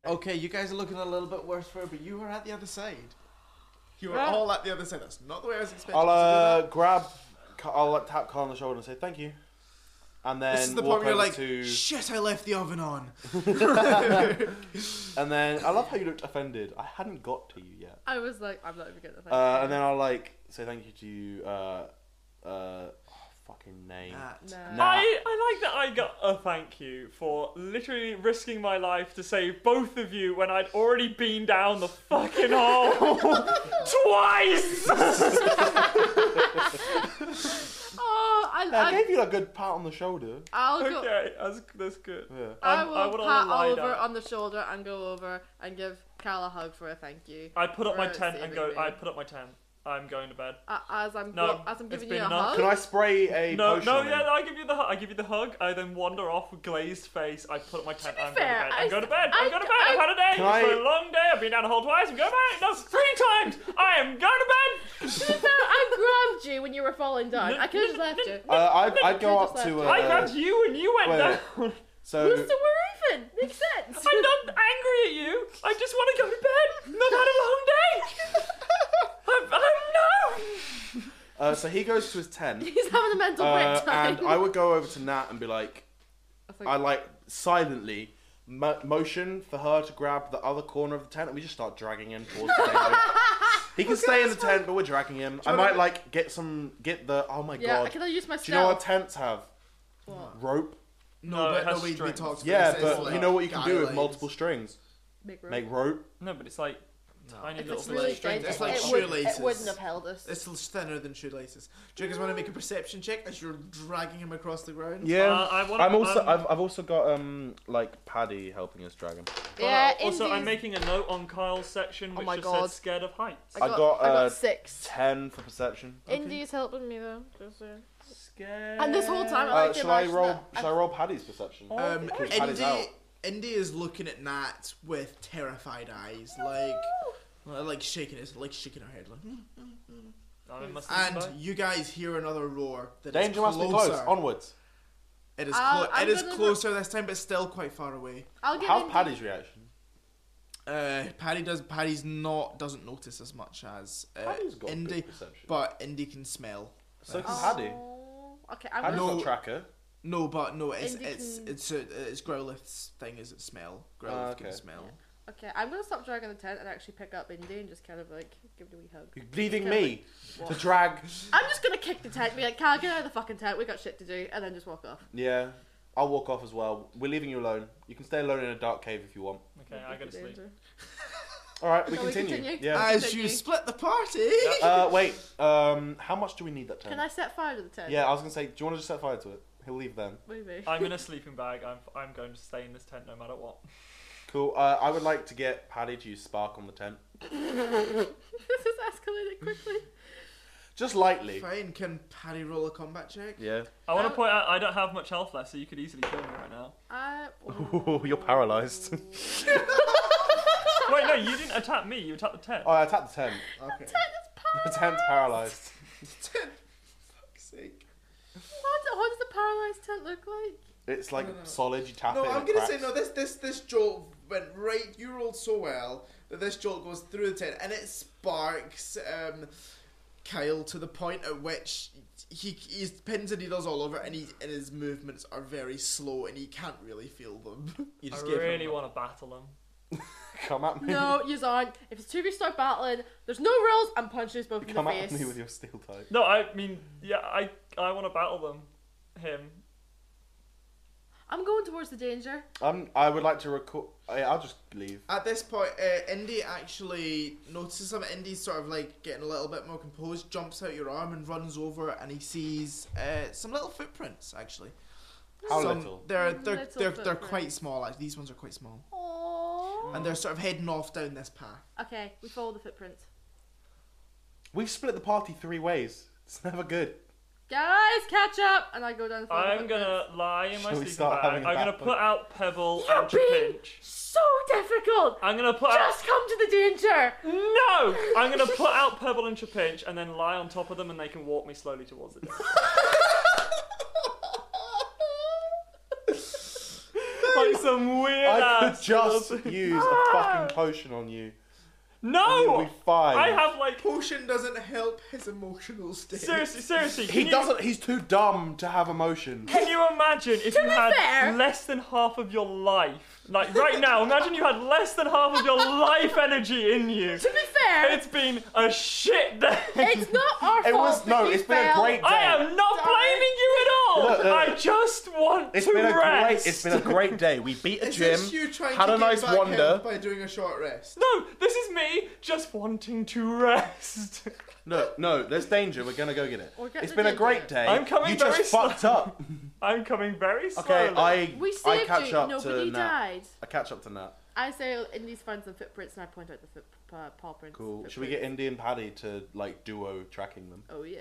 F: Okay, you guys are looking a little bit worse for it, but you are at the other side. You are
E: Right.
F: all at the other side. That's not the way I was expecting.
D: I'll
F: you to do that.
D: uh, grab. I'll like, tap Carl on the shoulder and say thank you. And then
F: This is the
D: walk
F: point where you're
D: over
F: like,
D: to.
F: shit, I left the oven on.
D: and then I love how you looked offended. I hadn't got to you yet.
E: I was like, I'm not even gonna think.
D: Uh, and then I'll like say thank you to you. Uh, uh, oh, fucking name.
F: Nat.
E: no.
D: Nah.
B: I, I like that I got a thank you for literally risking my life to save both of you when I'd already been down the fucking hole twice.
E: Oh, I,
D: I
E: I,
D: gave you a good pat on the shoulder.
E: I'll go.
B: okay, that's, that's good.
D: Yeah.
E: I
B: Um,
E: will
B: I would
E: pat
B: all lie
E: Oliver
B: down.
E: on the shoulder and go over and give Cal a hug for a thank you.
B: I put up my
E: Right,
B: tent
E: saving
B: and go.
E: me.
B: I put up my tent. I'm going to bed.
E: A- As I'm
B: Uh, No,
E: go- as I'm
B: it's
E: giving
B: been
E: you a
B: enough.
E: hug.
D: Can I spray a
B: No,
D: potion?
B: no,
D: on him?
B: yeah, no, I give you the hug. I give you the hug. I then wander off with glazed face. I put up my tent. I'm
E: fair,
B: going to bed. I'm
E: I-
B: going to bed. I'm
E: I-
B: going to bed. I've had a day.
D: Can
B: It's been
D: I-
B: a long day. I've been down the hole twice. I'm going back. No, three times. I am going to bed.
E: To be fair, I grabbed you when you were falling down.
B: No,
E: I could have just
B: no,
E: left
B: no,
E: you.
D: Uh, I'd, I'd go
E: You
D: up
E: just
D: to. Uh,
E: left.
B: I grabbed you and you went
D: wait.
B: down.
D: So
E: Well, so we're even. Makes sense.
B: I'm not angry at you. I just want to go to bed. I've had a long day. I'm, I'm no.
D: uh, so he goes to his tent.
E: He's having a mental
D: Uh,
E: breakdown.
D: and I would go over to Nat and be like,
E: It's like,
D: I like silently mo- motion for her to grab the other corner of the tent, and we just start dragging him towards the window. He
E: Oh,
D: can stay in the tent, but we're dragging him. I might like get some, get the. Oh my
E: yeah,
D: god!
E: can I use my
D: Do you know
E: spell?
D: what tents have?
E: What?
D: Rope.
B: No,
F: No,
B: it
F: but
B: has
F: no, we, we
B: strings.
F: talked about
D: Yeah,
F: this. It's
D: but
F: like
D: you know what you can do with
F: guidelines.
D: multiple strings?
E: Make room.
D: Make rope.
B: No, but it's like oh, tiny
E: If
B: little
E: it's
B: bit.
E: really
F: string.
E: thin,
F: It's like
E: it, wouldn't-
F: shoelaces.
E: it wouldn't have held us.
F: It's l- thinner than shoelaces. Do you guys want to make a perception check as you're dragging him across the ground?
D: Yeah.
B: Uh, I wanna,
D: I'm also.
B: I'm-
D: I've, I've also got um like Paddy helping us drag him.
E: yeah,
B: Also,
E: Indies-
B: I'm making a note on Kyle's section
E: Oh
B: which
E: my
B: just
E: God.
B: says scared of heights.
E: I
D: I
E: got,
D: got,
E: I
D: uh,
E: got six.
D: Ten for perception.
E: Indies helping me though. just, uh,
B: Scared.
E: And this whole time, I
D: Uh,
E: like to
D: shall I
E: imagine
D: roll?
E: that
D: Shall I roll Paddy's perception?
B: Oh,
F: Um,
B: yeah.
D: Because Paddy's out.
F: Indy, Indy is looking at Nat with terrified eyes, like, well, like shaking his, like shaking her head, like. "Hmm."
B: I Oh, must
F: And
B: have-
F: you guys hear another roar. That is
D: Danger must be
F: closer.
D: close. Onwards.
F: It is,
E: Uh,
F: clo-
E: I'm
F: it is
E: gonna-
F: closer this time, but still quite far away.
E: I'll give
D: How's
E: Indy-
D: Paddy's reaction?
F: Uh, Paddy does. Paddy's not doesn't notice as much as uh,
D: Paddy's got
F: Indy,
D: good perception.
F: but Indy can smell.
D: so can
E: Oh,
D: Paddy.
E: Okay, I'm
D: Paddy's
E: gonna,
F: No.
D: got tracker.
F: No, but no, it's
E: Indy
F: it's
E: can-
F: it's uh, it's Growlith's thing is it smell. Growlith
D: Ah,
F: can
D: okay.
F: smell.
E: okay, I'm gonna stop dragging the tent and actually pick up Indy and just kind of like give it a wee hug.
D: You're leaving
E: Okay,
D: me to drag.
E: I'm just gonna kick the tent, be like, "Cal, get out of the fucking tent. We got shit to do," and then just walk off.
D: Yeah. I'll walk off as well. We're leaving you alone. You can stay alone in a dark cave if you want.
B: Okay, I gotta sleep.
E: Danger.
D: All right, we
E: Shall we
D: continue.
E: continue?
D: Yeah.
F: As
E: Continue.
F: you split the party.
D: Uh, wait. Um, how much do we need that
E: Can
D: time?
E: I set fire to the tent?
D: Yeah, I was gonna say. Do you want to just set fire to it? He'll leave then.
E: Maybe.
B: I'm in a sleeping bag. I'm I'm going to stay in this tent no matter what.
D: Cool. Uh, I would like to get Paddy to use spark on the tent,
E: this is escalating quickly.
D: just lightly.
F: Fine. Can Paddy roll a combat check?
D: Yeah.
B: I want to
E: Um,
B: point out I don't have much health left, so you could easily kill me right now.
E: I.
D: Ooh, you're paralysed.
B: Wait, no, you didn't attack me. You attacked the tent.
D: Oh, I attacked the tent.
F: Okay.
D: The tent's paralysed.
F: Fuck's sake.
E: What, what does the paralysed tent look like?
D: It's like
F: No, no, no.
D: solid. You tap
F: No,
D: it. and
F: I'm
D: it
F: gonna say
D: cracks.
F: no. This this this jolt went right. You rolled so well that this jolt goes through the tent and it sparks um, Kyle to the point at which he his pins and needles all over and he and his movements are very slow and he can't really feel them. You
B: I
F: gave him
B: really
F: a-
B: want to battle them.
D: Come at me.
E: No, you aren't. If it's two of you start battling, there's no rules. I'm punching you both in
D: Come
E: the
D: at
E: face.
D: me with your steel toe.
B: No, I mean, yeah, I I want to battle them. Him.
E: I'm going towards the danger.
D: Um, I would like to record. I'll just leave.
F: At this point, uh, Indy actually notices him. Indy's sort of like getting a little bit more composed, jumps out your arm and runs over, and he sees uh, some little footprints actually.
D: How
F: Some-
D: little?
F: They're they're
E: Little
F: they're, they're
E: footprints.
F: quite small. Actually, these ones are quite small,
E: Aww.
F: and they're sort of heading off down this path.
E: Okay, we follow the footprints.
D: We've split the party three ways. It's never good.
E: Guys, catch up! And I go down the follow the
B: I'm gonna lie in my
D: Shall we
B: sleeping
D: start
B: bag. I'm
D: having a
B: gonna
D: battle?
B: put out Pebble
E: You're
B: and Chapinch.
E: footprints. So difficult!
B: I'm gonna put out.
E: Just come to the danger!
B: No! I'm gonna put out Pebble and Chapinch and then lie on top of them and they can walk me slowly towards it. like some weird
D: I
B: ass.
D: could just
B: little-
D: use
B: Ah.
D: a fucking potion on you. and you'll
B: No!
D: be fine.
B: I have like.
F: Potion doesn't help his emotional state.
B: Seriously, seriously.
D: He
B: can you-
D: doesn't. He's too dumb to have emotion.
B: Can you imagine if you
E: be
B: had
E: fair-
B: less than half of your life? Like right now, imagine you had less than half of your life energy in you.
E: To be fair, it's,
B: It's been a shit day.
E: not our
D: It
E: fault.
D: was
E: that
D: no.
E: you
D: It's been a
E: fell.
D: great day.
B: I am not blaming you at all.
D: Look, look.
B: I just want
D: It's
B: to
D: been a
B: rest.
D: great. It's been a great day. We beat a
F: Is
D: gym.
F: this you trying
D: had
F: to
D: a
F: get
D: nice
F: back
D: wander.
F: health by doing a short rest?
B: No, this is me just wanting to rest.
D: Look, no, there's danger. We're gonna go get it.
E: We're getting
D: it's
E: the
D: been a
E: danger.
D: great day.
B: I'm coming
D: You
B: very
D: just fucked
B: slow.
D: up.
B: I'm coming very slowly.
D: Okay, I
E: We
D: I
E: saved
D: catch
E: you,
D: up
E: nobody
D: to Nat.
E: died.
D: I catch up to Nat.
E: I say Indy's find some footprints and I point out the foot, uh, paw prints.
D: Cool.
E: Footprints.
D: Should we get Indy and Paddy to like duo tracking them?
E: Oh yeah.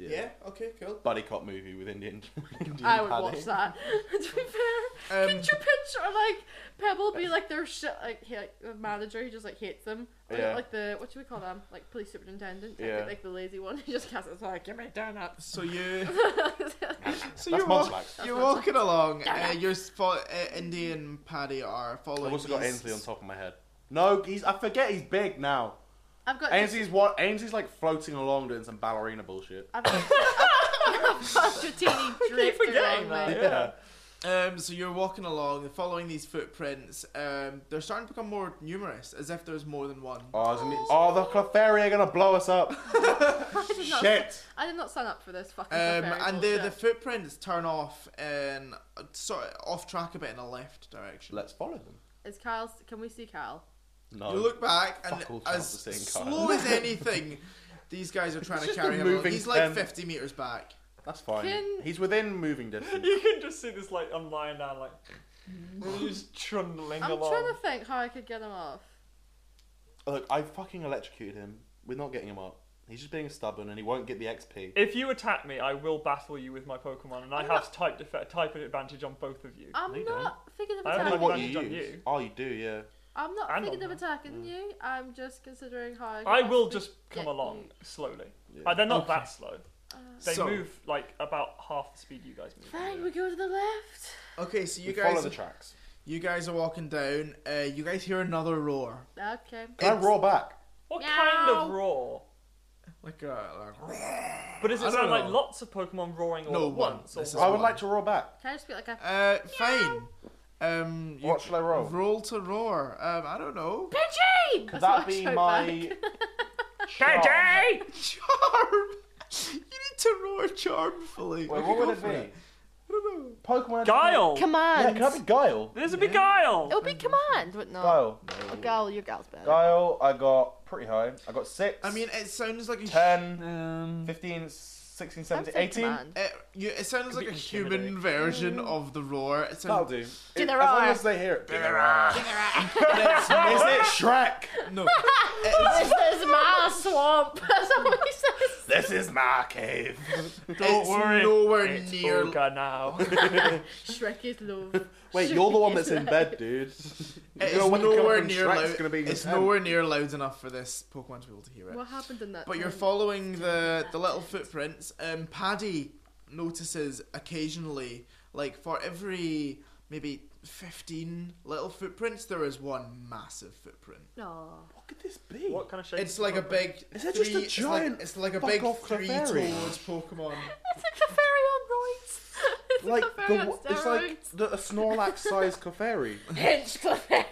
F: Yeah. Okay. Cool.
D: Buddy cop movie with Indy and, Indy
E: I
D: and
E: would
D: Paddy.
E: watch that. to be fair,
F: Um,
E: can your picture or like Pebble be like their shit like, he, like the manager who just like hates them? Or
D: Yeah.
E: Like the what should we call them? Like police superintendent?
D: Yeah.
E: Like, like the lazy one who just casts it like give me donuts.
F: So you. so
D: That's
F: you're walk-
D: Munchlax.
F: you're walking along. Uh, you're fo- uh, Indy and Paddy are following.
D: I've also got
F: these-
D: Ainsley on top of my head. No, he's. I forget he's big now.
E: I've got
D: Ainsley's what? Ainsley's like floating along doing some ballerina bullshit.
E: I've got I've got teeny draped around
B: forgetting that.
E: me.
B: Yeah.
F: Um, so you're walking along, following these footprints. Um, they're starting to become more numerous, as if there's more than one.
D: Oh, it's gonna be- oh, the Clefairy are gonna blow us up.
E: I did not
D: Shit.
E: I did not sign up for this fucking
F: Um,
E: prepared
F: and the the
E: bullshit.
F: footprints turn off and sort of off track a bit in a left direction.
D: Let's follow them.
E: Is Kyle? Can we see Kyle?
D: No.
F: You look back, and
D: Fuck all
F: as
D: counts the same colour.
F: slow as anything, these guys are trying to
D: It's just a
F: carry him. along.
D: moving
F: He's like
D: pen.
F: 50 meters back.
D: That's fine.
E: Can-
D: He's within moving distance.
B: You can just see this like I'm lying down like just trundling
E: I'm
B: along.
E: trying to think how I could get him off.
D: Look, I fucking electrocuted him. We're not getting him up. He's just being stubborn and he won't get the XP.
B: If you attack me, I will battle you with my Pokemon, and i
E: I'm
B: have type def- type advantage on both of you.
E: I'm
D: No, you
E: not thinking of
B: I don't
D: I
B: know
E: attacking
D: don't know what
B: advantage
D: you
B: on
D: use.
B: you.
D: Oh, you do, yeah.
E: I'm not
B: And
E: thinking
B: on
E: of attacking
D: Yeah.
E: you. I'm just considering how I. could
B: I will
E: possibly
B: just come
E: get
B: along
E: you.
B: slowly.
D: Yeah.
B: Uh, they're not
F: Okay.
B: that slow. They
F: So-
B: move like about half the speed you guys move.
E: Fine, we go to the left.
F: Okay, so you
D: we
F: guys,
D: follow the tracks.
F: you guys are walking down. Uh, you guys hear another roar,
E: Okay.
D: Can I
F: It's-
D: roar back?
B: What kind of
E: Meow.
B: roar?
F: like a like,
B: But does
F: I
B: it
F: don't
B: sound like
F: know.
B: lots of Pokemon roaring all
F: No,
B: at
F: one.
B: once? Or
F: This is-
B: what?
D: I would
F: one.
D: like to roar back.
E: Can I just be like a
F: uh, fine. Um, you-
D: What shall I roll?
F: Roll to roar. Um, I don't know.
E: Pidgey?
D: Could
E: That's what I
D: that be
E: shout
D: my
E: back.
D: charm?
F: Charm. you need to roar charmfully.
D: Wait,
F: Okay,
D: what
F: go
D: would it
F: for
D: be? Pokemon.
B: Guile.
D: Yeah,
A: Command.
D: can I be Guile?
B: There's a big Guile.
A: It'll be command, wouldn't it?
D: Guile.
A: A gal, your gal's better.
D: Guile, I got pretty high. I uh, got 6.
F: I mean, it sounds like a
D: 10,
B: Um,
D: 15, 16,
A: I'd
D: 17,
A: say
D: 18.
A: command.
F: It, uh, you, it sounds
B: Could
F: like
B: be
F: a human
B: intimidating.
F: version of the roar. It
D: That'll
F: sounds,
D: do.
A: Do
D: It-
A: the
D: as long
A: roar.
D: as they hear it. Do the roar. Is it Shrek?
F: no,
E: This is
B: Ah,
E: my swamp. That's what he says.
D: This is my cave.
B: Don't
F: it's
B: worry.
F: nowhere
B: it's
F: near.
B: Olga now.
E: Shrek is love.
D: Wait,
E: Shrek
D: you're the one
E: is
D: that's in
E: love.
D: bed, dude.
F: It's
D: You're the one that come
F: nowhere
D: from
F: near.
D: Shrek's
F: loud-
D: gonna be in
F: it's
D: the tent.
F: nowhere near loud enough for this Pokemon to be able to hear it.
E: What happened in that?
F: But you're
E: time?
F: following the the little footprints. Um, Paddy notices occasionally, like for every maybe fifteen little footprints, there is one massive footprint.
E: Aw.
D: What could this be?
B: what kind of shape?
F: It's like a big.
D: Is it just a
F: three- it's like-
D: giant
F: It's like, a
D: fuck
F: big
D: off
F: three-toed
D: Clefairy?
F: Pokemon.
E: It's like the fairy on roids. It's
D: Like
E: like the
D: the,
E: fairy on
D: wa- it's like the, a Snorlax-sized Clefairy.
E: Hinge Clefairy.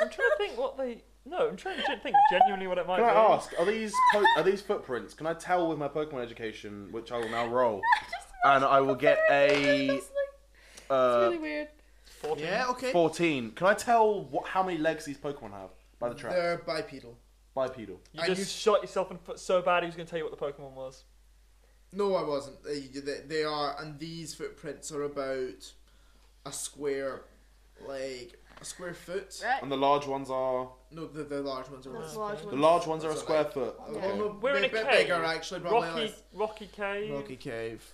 B: I'm trying to think what they. No, I'm trying to think genuinely what it might
D: Can I
B: be.
D: ask? Are these po- are these footprints? Can I tell with my Pokemon education, which I will now roll, and I will get a
E: It's like,
D: uh,
E: really weird.
B: 14.
F: yeah. Okay.
D: fourteen. Can I tell what, how many legs these Pokemon have by the track?
F: They're bipedal.
D: Bipedal.
B: You
F: I
B: just
F: used-
B: shot yourself in the foot so bad he was going to tell you what the Pokemon was.
F: No, I wasn't. They, they, they are, and these footprints are about a square, like a square foot.
E: Right.
D: And the large ones are
F: No, the, the large ones are.
A: That's
F: round.
A: a large
B: The
D: the
A: one.
D: large ones are a
F: That's
D: square
F: alright.
D: foot.
F: Oh,
D: Okay.
F: no,
B: We're in
F: bit,
B: a
F: bit
B: cave.
F: bigger actually. Probably
B: Rocky,
F: like-
B: Rocky Cave.
F: Rocky Cave.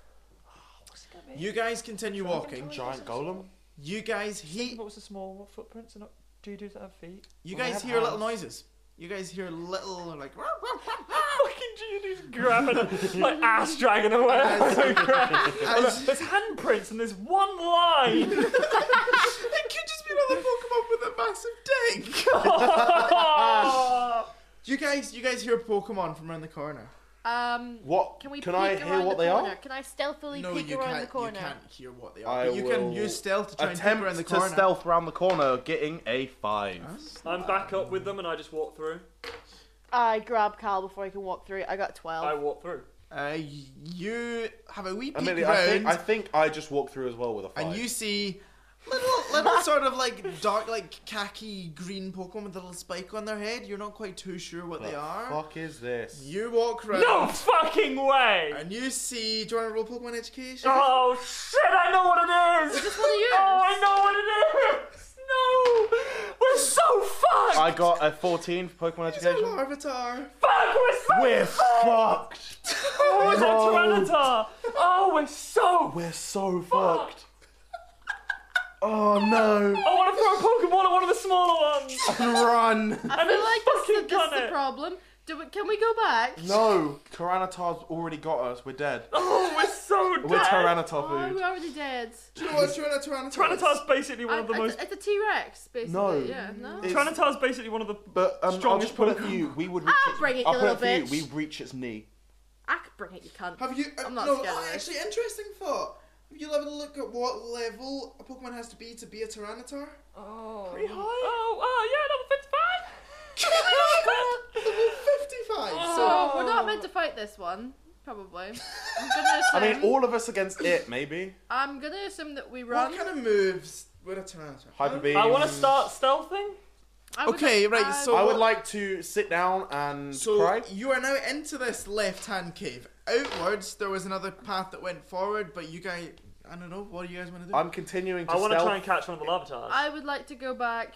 B: What's it gonna be?
F: You guys continue walking.
D: Giant golem.
F: You guys
B: Think
F: hear.
B: what was the small what footprints? Are not, do you do that at feet?
F: You
D: Well, they
F: guys
D: have
F: hear little
D: hands.
F: noises. You guys hear little like.
B: Fucking Geodude's grabbing, like ass dragging away.
F: As-
B: So great.
F: as-
B: There's handprints and there's one line.
F: it could just be another Pokemon with a massive dick.
B: Ah.
F: You guys, you guys hear Pokemon from around the corner.
E: Um,
D: What?
A: Can we
D: Can I
A: peek
D: hear
A: around
D: what
A: the
D: they
A: corner?
D: are?
A: Can I stealthily
F: no,
A: peek
F: you
A: around
F: can't.
A: the corner?
F: You can't hear what they are.
D: I
F: but you can
D: will
F: use stealth to try and peek around the
D: Attempt to
F: corner.
D: stealth round the corner, getting a five.
B: I'm back up with them and I just walk through.
A: I grab Cal before he can walk through. I got twelve.
B: I walk through.
F: Uh, you have a wee peek
D: Admittedly,
F: round,
D: I think I think I just walked through as well with a five.
F: and you see little, little sort of like dark, like khaki green Pokemon with a little spike on their head. You're not quite too sure what
D: What
F: they
D: the
F: are.
D: Oh, Fuck is this?
F: You walk round,
B: No fucking way!
F: and you see. Do you want to roll Pokemon education?
B: Oh shit! I know what it is.
E: what are you?
B: Oh, I know what it is. No, we're so fucked.
D: I got a 14 for Pokemon
F: He's an
D: Education.
F: Larvitar.
B: Fuck, we're so
D: We're fucked.
B: Oh, it's
D: No.
B: a Tyranitar. Oh, we're so
D: We're so fucked.
B: fucked.
D: Oh no.
B: I want to throw a Pokemon at one of the smaller ones.
D: Run.
E: I feel like this,
B: fucking
E: is- this
B: done
E: is the
B: it.
E: problem. Do we, can we go back?
D: No. Tyranitar's already got us. We're dead.
B: Oh, we're so dead.
D: We're
E: Oh,
D: Tyranitar
E: we're
D: food.
E: already dead.
F: Do you know what Tyranitar?
B: Tyranitar's basically one
E: I,
B: of the
E: it's,
B: most.
E: it's a T Rex, basically.
D: No.
E: Yeah, no.
A: Mm-hmm.
D: It's-
B: Tyranitar's basically one of the.
D: But um, I'll
B: Strongest
D: just put it for you. We would reach
E: I'll
D: its,
E: bring it,
D: I'll
E: you
D: put it for
E: little
D: you. We
E: bitch.
D: reach its knee.
E: I could bring it, you cunt.
F: Have you?
E: I'm not
F: no,
E: scared of
F: oh,
E: this.
F: actually, interesting thought. Have you ever looked at what level a Pokemon has to be to be a Tyranitar?
E: Oh.
B: Pretty high. Oh, oh yeah, level
F: level fifty-five.
E: So
B: Oh.
E: we're not meant to fight this one, probably. I'm gonna
D: I
E: assume. I
D: mean, all of us against it, maybe.
E: am gonna assume that we
F: what
E: run.
F: kind of moves would a Tyranitar?
D: Hyper beam.
B: 55. I want to start stealthing.
E: I would
F: Okay,
E: like-
F: right,
E: I-
F: so-
D: I would like to sit down and
F: So
D: cry.
F: you are now into this left-hand cave. Outwards, there was another path that went forward, but you guys, I don't know, what do you guys want to do?
D: I'm continuing to
B: I want to
D: stealth.
B: try and catch one of the lavatours.
E: I would like to go back.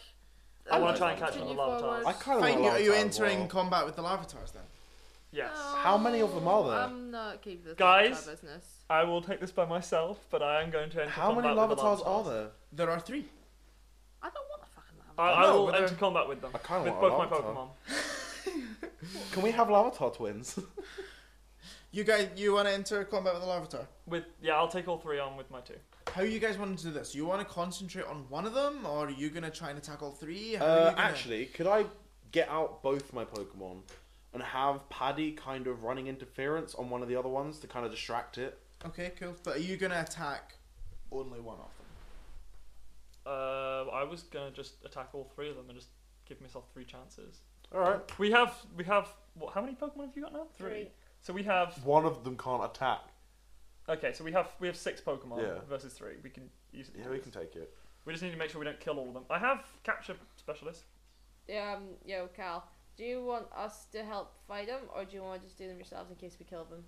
B: I wanna
E: uh,
B: try and catch
E: continue
B: one of the
E: forward.
D: I kind of
F: Fine,
D: want
F: you, are you
D: to
F: entering combat with the Lavatars then?
B: yes.
D: How many of them are there?
E: I'm not keeping this
B: Guys?
E: up our business.
B: I will take this by myself, but I am going to enter
D: How many
B: combat with the
D: Lavatars are
B: Lavatars.
D: there?
F: There are three.
E: I don't want a fucking lava.
B: I,
F: I
B: I
F: know,
B: will
F: but they're-
B: enter combat with them.
D: I kinda
B: With
D: want a
B: both my
D: Lavatar.
B: Pokemon.
D: Can we have Lavatar twins? Uh,
F: You guys, you want to enter combat with the Lavatar?
B: With yeah, I'll take all three on with my two.
F: How you guys want to do this? You want to concentrate on one of them, or are you gonna try and attack all three? How are
D: Uh,
F: you gonna-
D: actually, could I get out both my Pokemon and have Paddy kind of running interference on one of the other ones to kind of distract it?
F: Okay, cool. But are you gonna attack only one of them?
B: Uh, I was gonna just attack all three of them and just give myself three chances.
D: All right.
B: We have we have what? How many Pokemon have you got now?
E: Three.
B: So we have
D: One of them can't attack.
B: okay. So we have we have six Pokemon
D: Yeah.
B: versus three. We can use it.
D: Yeah, we can take it.
B: We just need to make sure we don't kill all of them. I have capture specialist.
E: Yeah, um, yo, Cal. Do you want us to help fight them, or do you want to just do them yourselves in case we kill them?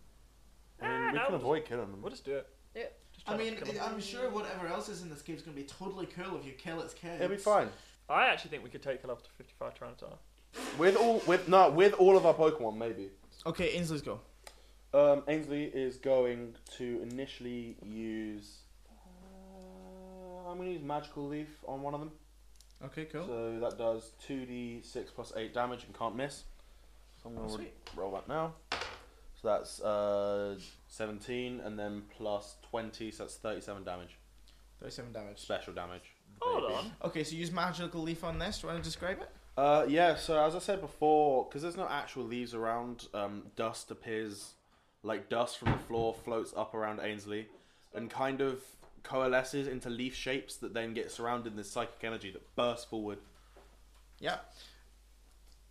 D: I mean,
B: Ah, no,
D: we can
B: we'll
D: avoid killing them.
B: We'll just do it.
E: Yeah.
B: Just try
F: I
B: not to
F: mean,
B: kill them.
F: I'm sure whatever else is in this game is gonna be totally cool if you kill its kids.
D: It'll be fine.
B: I actually think we could take a level to 55 Tyranitar.
D: With all with no with all of our Pokemon, maybe.
F: Okay, Ainsley's go.
D: Um, Ainsley is going to initially use. Uh, I'm going to use Magical Leaf on one of them.
F: Okay, cool.
D: So that does 2d6 plus 8 damage and can't miss. So I'm going
F: Oh,
D: to
F: sweet.
D: roll that now. So that's uh, 17 and then plus 20, so that's 37 damage.
F: 37 damage.
D: Special damage.
B: Hold
D: Maybe.
B: on.
F: Okay, so use magical leaf on this. Do you want to describe it?
D: Uh, yeah, so as I said before, because there's no actual leaves around, um, dust appears, like dust from the floor floats up around Ainsley and kind of coalesces into leaf shapes that then get surrounded in this psychic energy that bursts forward.
F: Yeah.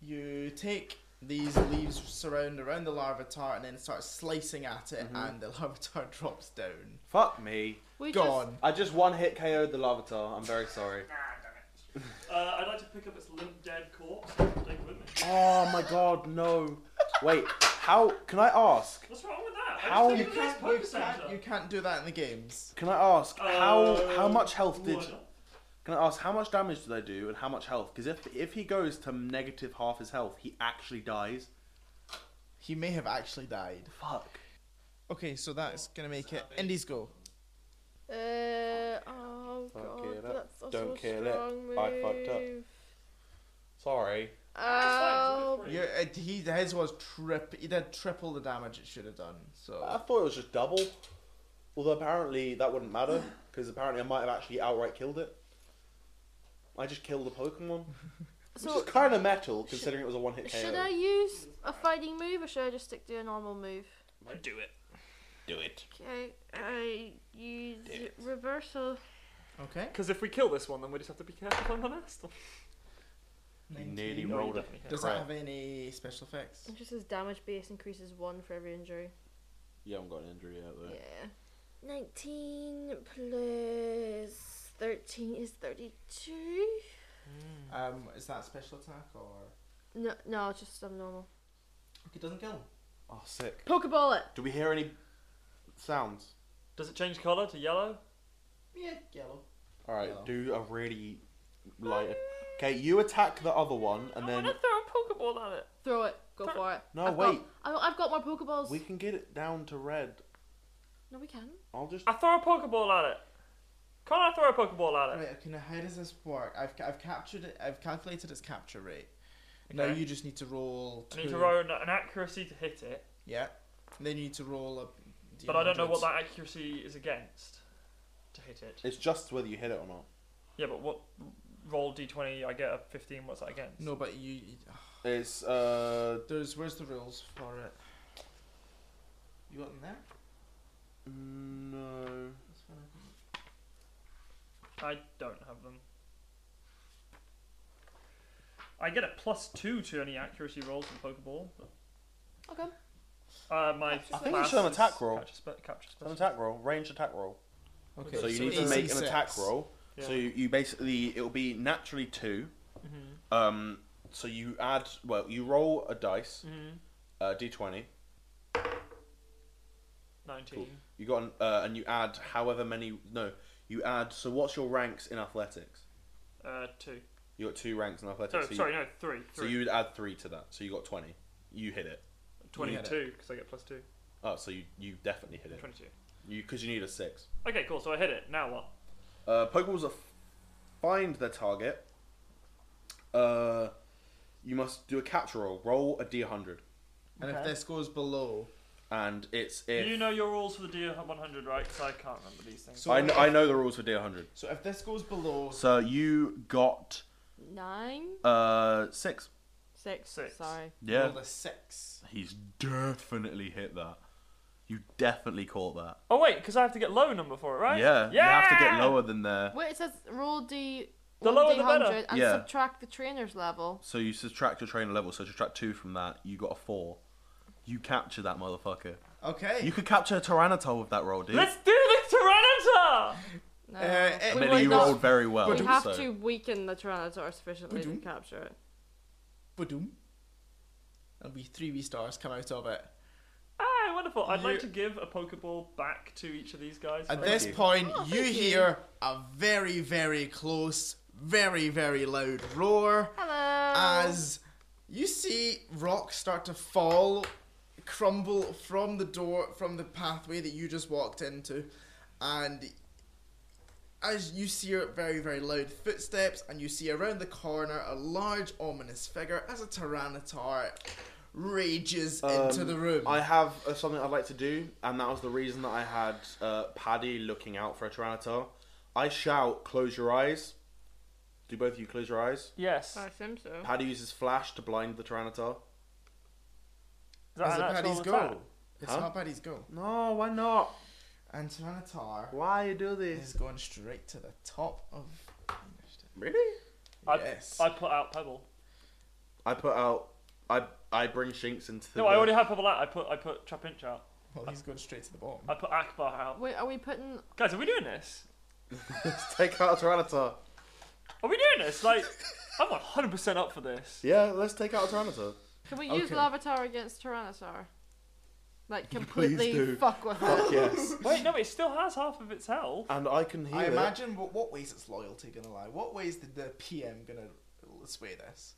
F: You take these leaves surround around the larvitar and then start slicing at it, and the larvitar drops down.
D: Fuck me.
E: We
F: Gone.
D: I just one hit KO'd the Lavatar. I'm very sorry.
B: Uh, I'd like to pick up its limp dead corpse and take it with me.
D: Oh my god, no. Wait, how can I ask?
B: What's wrong with that?
D: How-
B: I
D: You
B: just
F: You
B: took it
F: can't,
B: to the next
F: you,
B: Poke
F: can't,
B: Center.
F: you can't do that in the games.
D: Can I ask how
B: Uh,
D: how much health did
B: Why not?
D: Can I ask how much damage do they do and how much health? Because if if he goes to negative half his health, he actually dies.
F: He may have actually died.
D: Fuck.
F: Okay, so that's gonna make it Indies go.
E: Uh, oh
D: Fuck
E: god,
D: it up.
E: that's such
D: Don't
E: a
D: kill it.
E: strong
D: I fucked up.
E: move.
D: Sorry.
E: Oh,
F: Your, uh, he his was trip. He did triple the damage it should have done.
D: I
F: So
D: thought it was just double. Although apparently that wouldn't matter because apparently I might have actually outright killed it. I just killed a Pokemon,
E: so
D: which is kind of metal considering it was a one-hit KO.
E: should I use a fighting move, or should I just stick to a normal move?
B: Do it.
D: do it?
E: Okay, I use reversal.
F: okay.
B: Because if we kill this one, then we just have to be careful on the next one.
D: You
F: 19.
D: nearly
B: No, you
D: rolled it.
B: definitely
F: Does
D: Crap.
F: that have any special effects?
E: It just says damage base increases one for every injury.
D: You haven't got an injury yet though.
E: Yeah. 19 plus 13 is 32.
F: Um, is that a special attack or?
E: No, no, it's just abnormal.
F: Okay, doesn't kill him.
D: Oh, sick.
E: Pokeball it.
D: Do we hear any sounds?
B: Does it change colour to yellow?
F: Yeah, yellow.
D: All right,
F: No.
D: do a really light. Okay, you attack the other one, and then
B: throw a Pokeball at it.
E: Throw it. Go for it.
D: No,
E: I've
D: wait.
E: Got, I- I've got more Pokeballs.
D: we can get it down to red.
E: No, we can.
D: I'll just.
B: I throw a Pokeball at it. Can't I throw a Pokeball at it?
F: Right. Okay. Now, how does this work? I've ca- I've captured it. I've calculated its capture rate. Now
B: Okay.
F: you just need to roll.
B: I need to
F: two-
B: roll an an accuracy to hit it,
F: Yeah. And then you need to roll a.
B: but I don't know what
F: D100s.
B: that accuracy is against to hit it.
D: It's just whether you hit it or not.
B: Yeah, but what roll d20? I get a 15. What's that against?
F: No, but you.
D: It's uh.
F: There's where's the rules for it? You got them there?
D: mm, No.
F: That's fine.
B: I don't have them. I get a plus two to any accuracy rolls in Pokeball.
E: Okay.
B: Uh, my
E: I
D: think
B: class
D: it's an
B: is
D: attack roll.
B: Capture, spe- capture
D: It's an
B: special.
D: attack roll, ranged attack roll.
F: Okay.
D: so you need
B: it's
D: to make an
F: AC6.
D: attack roll.
B: Yeah.
D: So you, you basically it'll be naturally two,
B: Mm-hmm.
D: Um, so you add, well, you roll a dice,
B: Mm. Mm-hmm.
D: uh, d20.
B: 19.
D: You got, an, uh, and you add however many. No, you add. So what's your ranks in athletics?
B: Uh, 2.
D: You got two ranks in
B: Sorry,
D: athletics. so
B: Oh, sorry,
D: you-
B: no, 3.
D: So
B: three.
D: you would add three to that. So you got 20. You hit it.
B: 22, because I get plus 2.
D: Oh, so you, you definitely hit it.
B: 22.
D: You because you need a six.
B: Okay, cool, so I hit it. Now what?
D: Uh, Pokeballs are f- find their target. Uh, you must do a catch roll. Roll a d100,
F: And if
B: Okay.
F: this goes below,
D: and it's if
B: You know your rules for the D100, right? Because I can't remember these things.
F: so
D: I, kn- I know the rules for d100.
F: so if this goes below,
D: So you got
E: Nine?
D: uh six.
E: Six.
B: Six.
E: Sorry.
F: roll a six.
D: he's definitely hit that. You definitely caught that.
B: Oh, wait, because I have to get low number for it, right?
D: Yeah,
B: yeah!
D: you have to get lower than there.
E: Wait, it says roll D.
B: The
E: roll
B: lower the better.
E: D100 And
D: Yeah.
E: subtract the trainer's level.
D: So you subtract your trainer level. So subtract two from that. You got a four. You capture that motherfucker.
F: Okay.
D: You could capture a Tyranitar with that roll, dude.
B: Let's do the Tyranitar!
E: No.
F: Uh, it-
D: I
E: We
D: mean,
E: would
D: you
E: not-
D: rolled very well.
E: We have
D: so-
E: to weaken the Tyrannosaurus sufficiently to
F: Ba-doom.
E: capture it.
F: Ba-doom. There'll be three wee stars come out of it.
B: Ah, wonderful. I'd
F: You-
B: like to give a Pokeball back to each of these guys.
F: At
B: for-
F: this
D: you.
F: point,
E: Oh,
F: you
E: thank you.
F: hear a very, very close, very, very loud roar
E: Hello.
F: as you see rocks start to fall, crumble from the door, from the pathway that you just walked into, and as you see very, very loud footsteps, and you see around the corner a large, ominous figure as a Tyranitar rages into
D: Um,
F: the room.
D: I have uh, something I'd like to do, and that was the reason that I had uh, Paddy looking out for a Tyranitar. I shout, close your eyes. Do both of you close your eyes?
B: Yes.
E: I
B: Is
E: assume so.
D: Paddy uses flash to blind the Tyranitar.
B: that
F: Is
B: an
F: it
B: actual
F: Paddy's
B: attack?
F: goal? It's
D: Huh?
F: not Paddy's goal.
D: No, why not?
F: And Tyranitar
D: Why you do
F: is going straight to the top of.
D: Really?
B: I,
F: yes.
B: I put out Pebble.
D: I put out. I I bring Shinx into.
B: No,
D: the,
B: I already have Pebble out. I put I put Trapinch out.
F: Well, he's going straight to the bottom.
B: I put Akbar out.
E: Wait, are we putting.
B: Guys, are we doing this?
D: take out a Tyranitar.
B: Are we doing this? Like, I'm 100% up for this.
D: Yeah, let's take out a Tyranitar.
E: Can we use
F: Okay.
E: Lavatar against Tyrannosaur? Like, completely
D: do.
E: fuck with it.
D: Fuck yes.
B: Wait, no, it still has half of its health.
D: And I can heal
F: I
D: it.
F: imagine what, what ways it's loyalty going to lie. What ways did the PM going to sway this?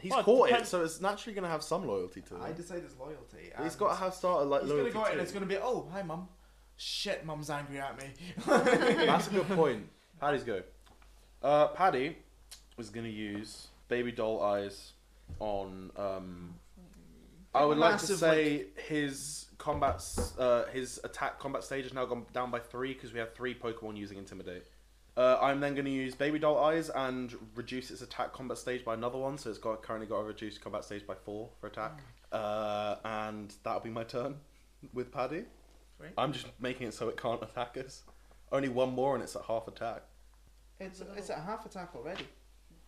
D: He's
B: Well, it
D: caught it,
B: depends-
D: so it's naturally gonna have some loyalty to
F: I
D: it.
F: decide it's loyalty.
D: He's
F: and
D: got to have started like
F: He's going to
D: loyalty.
F: go out and
D: too.
F: it's going to be, oh, hi, mum. Shit, mum's angry at me.
D: That's a good point. Paddy's go. Uh, Paddy was gonna use baby doll eyes on. Um, I would like to
F: Massive,
D: say his combat, s- uh, his attack combat stage has now gone down by three because we have three Pokemon using Intimidate. Uh, I'm then going to use Baby Doll Eyes and reduce its attack combat stage by another one, so it's got currently got a reduced combat stage by four for attack.
F: Mm.
D: Uh, and that'll be my turn with Paddy.
F: Great.
D: I'm just making it so it can't attack us. Only one more and it's at half attack.
F: it's, it's at half attack already.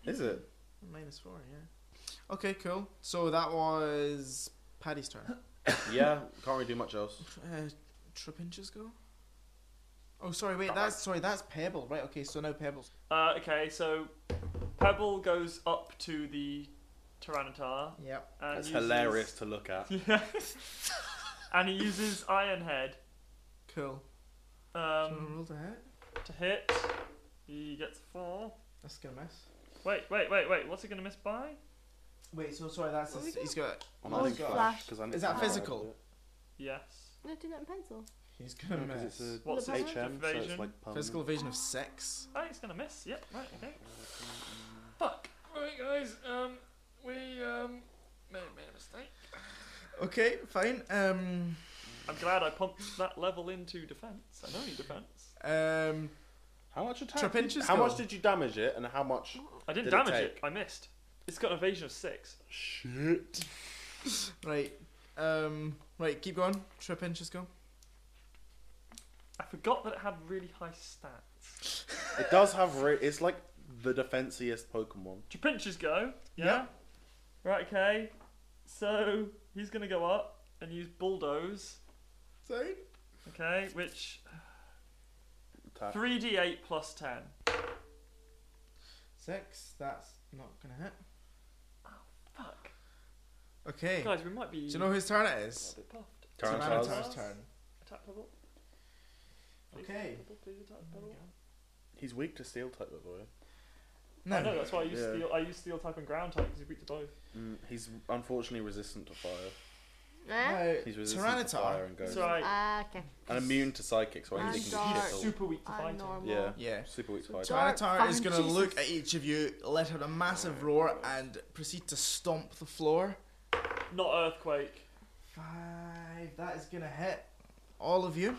D: Is it?
F: Minus four, yeah. Okay, cool. So that was Paddy's turn.
D: Yeah, can't really do much else.
F: Uh, Trapinch's go? Oh, sorry, wait, that's sorry, that's Pebble. Right, okay, so no Pebbles.
B: Uh, okay, so Pebble goes up to the Tyranitar.
F: Yep.
B: And
D: That's
B: uses-
D: hilarious to look at.
B: Yeah. and he uses Iron Head
F: Cool.
B: um,
F: roll to hit.
B: to hit. He gets four.
F: That's gonna miss.
B: Wait, wait, wait, wait. What's he gonna miss by?
F: Wait, so sorry, that's
E: What
F: his,
E: we
F: he's got.
D: On
F: Oh,
D: that
F: gosh.
D: flash, 'cause I need
F: Is
D: to
F: that
D: know how to
F: physical?
D: do it.
B: Yes.
A: No, do that in pencil.
F: He's gonna
D: No, 'cause
F: miss.
D: it's a-
B: What's
A: The
B: his
A: permanent
D: HM, so it's
B: evasion?
D: like permanent.
F: Physical evasion of six.
B: Oh, he's gonna miss. Yep. Right. Okay. Fuck. Right, guys. Um, we um made, made a mistake.
F: Okay, fine. Um,
B: I'm glad I pumped that level into defense. I know you defense.
F: um,
D: How much attack?
F: Trapinch's
D: how
F: go.
D: much did you damage it, and how much?
B: I didn't
D: Did it
B: damage it,
D: take?
B: I missed. It's got an evasion of six.
D: Shit.
F: right, um, right. Keep going. Trip inches go.
B: I forgot that it had really high stats.
D: It does have. Re- it's like the defensiest Pokemon.
B: Trapinches go. Yeah.
F: Yep.
B: Right. Okay. So he's gonna go up and use bulldoze.
F: Sorry.
B: Okay, which
D: Uh. Attack.
B: 3d8 plus 10.
F: Six. That's not gonna hit.
B: Oh, Fuck.
F: Okay.
B: Guys, we might be.
F: Do you know whose turn it
B: a
F: is?
B: little bit puffed.
D: Tarantiles.
F: Tyranitar's turn.
B: Attack level. Please
F: Okay.
B: attack level, please attack level.
D: He's weak to steel type, by the way.
B: I know that's why I use
D: Yeah.
B: steel. I use steel type and ground type because he's weak to both.
D: Mm, he's unfortunately resistant to fire.
E: Eh?
F: No,
D: He's resistant to fire
F: Tyranitar.
D: and
B: It's
D: ghost.
B: alright.
E: Ah, okay.
D: And immune to psychics, right?
E: And
D: He can
E: dark.
D: shit all-
B: Super weak to
E: I'm
B: fighting.
E: normal.
D: Yeah,
F: Yeah.
D: super weak to
E: So
D: fire.
E: dark-
F: Tyranitar is
E: Fine,
F: gonna
E: Jesus.
F: look at each of you, let out a massive roar, and proceed to stomp the floor.
B: Not earthquake.
F: Five. That is gonna hit all of you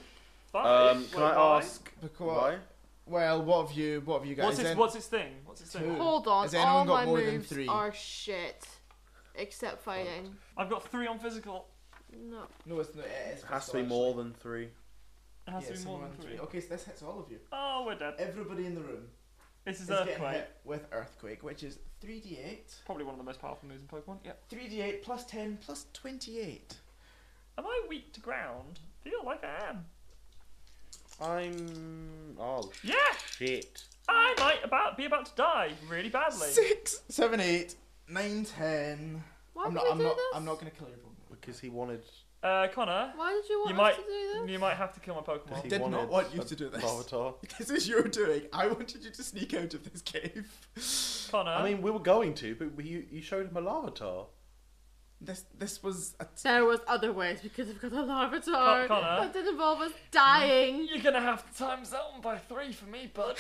B: Five.
D: Um, can
B: Wait,
D: I
B: why?
D: ask
F: because
D: why?
F: well, what have you? What have you guys?
B: What's its,
F: then?
B: what's its thing? What's its
F: Two.
B: thing?
E: Hold on.
F: Has anyone
E: All
F: got
E: my
F: more than
E: moves
F: three?
E: are shit, except fighting.
B: I've got three on physical.
E: No.
F: no, it's not. It
D: It has to be more than three.
B: It has to be more than three.
F: Okay, so this hits all of you.
B: Oh, we're dead.
F: Everybody in the room
B: This
F: is
B: is
F: getting
B: earthquake.
F: hit with earthquake, which is three d eight.
B: Probably one of the most powerful moves in Pokemon. Yep.
F: 3d8 plus 10 plus 28.
B: Am I weak to ground? Feel like I am.
D: I'm. Oh
B: Yeah.
D: shit.
B: I might about be about to die really badly.
F: 6, 7, 8, 9, 10.
E: Why
F: I'm
E: did
F: not,
E: you
F: I'm
E: do
F: not,
E: this?
F: I'm not going to kill your Pokemon.
D: Because he wanted.
B: Uh, Connor,
E: Why did you want
B: You
E: us
B: might-
E: to do this?
B: you might have to kill my
D: Because
B: Pokemon.
D: he
F: did not
D: wanted
F: want you
D: a
F: to do this.
D: Larvitar.
F: This is your doing. I wanted you to sneak out of this cave.
B: Connor.
D: I mean, we were going to, but we- you, you showed him a Larvitar.
F: This this was a. T-
E: There was other ways because we've got a
B: Con-
E: lavatar.
B: Connor?
E: That didn't involve us dying.
B: You're gonna have to times that one by three for me, bud.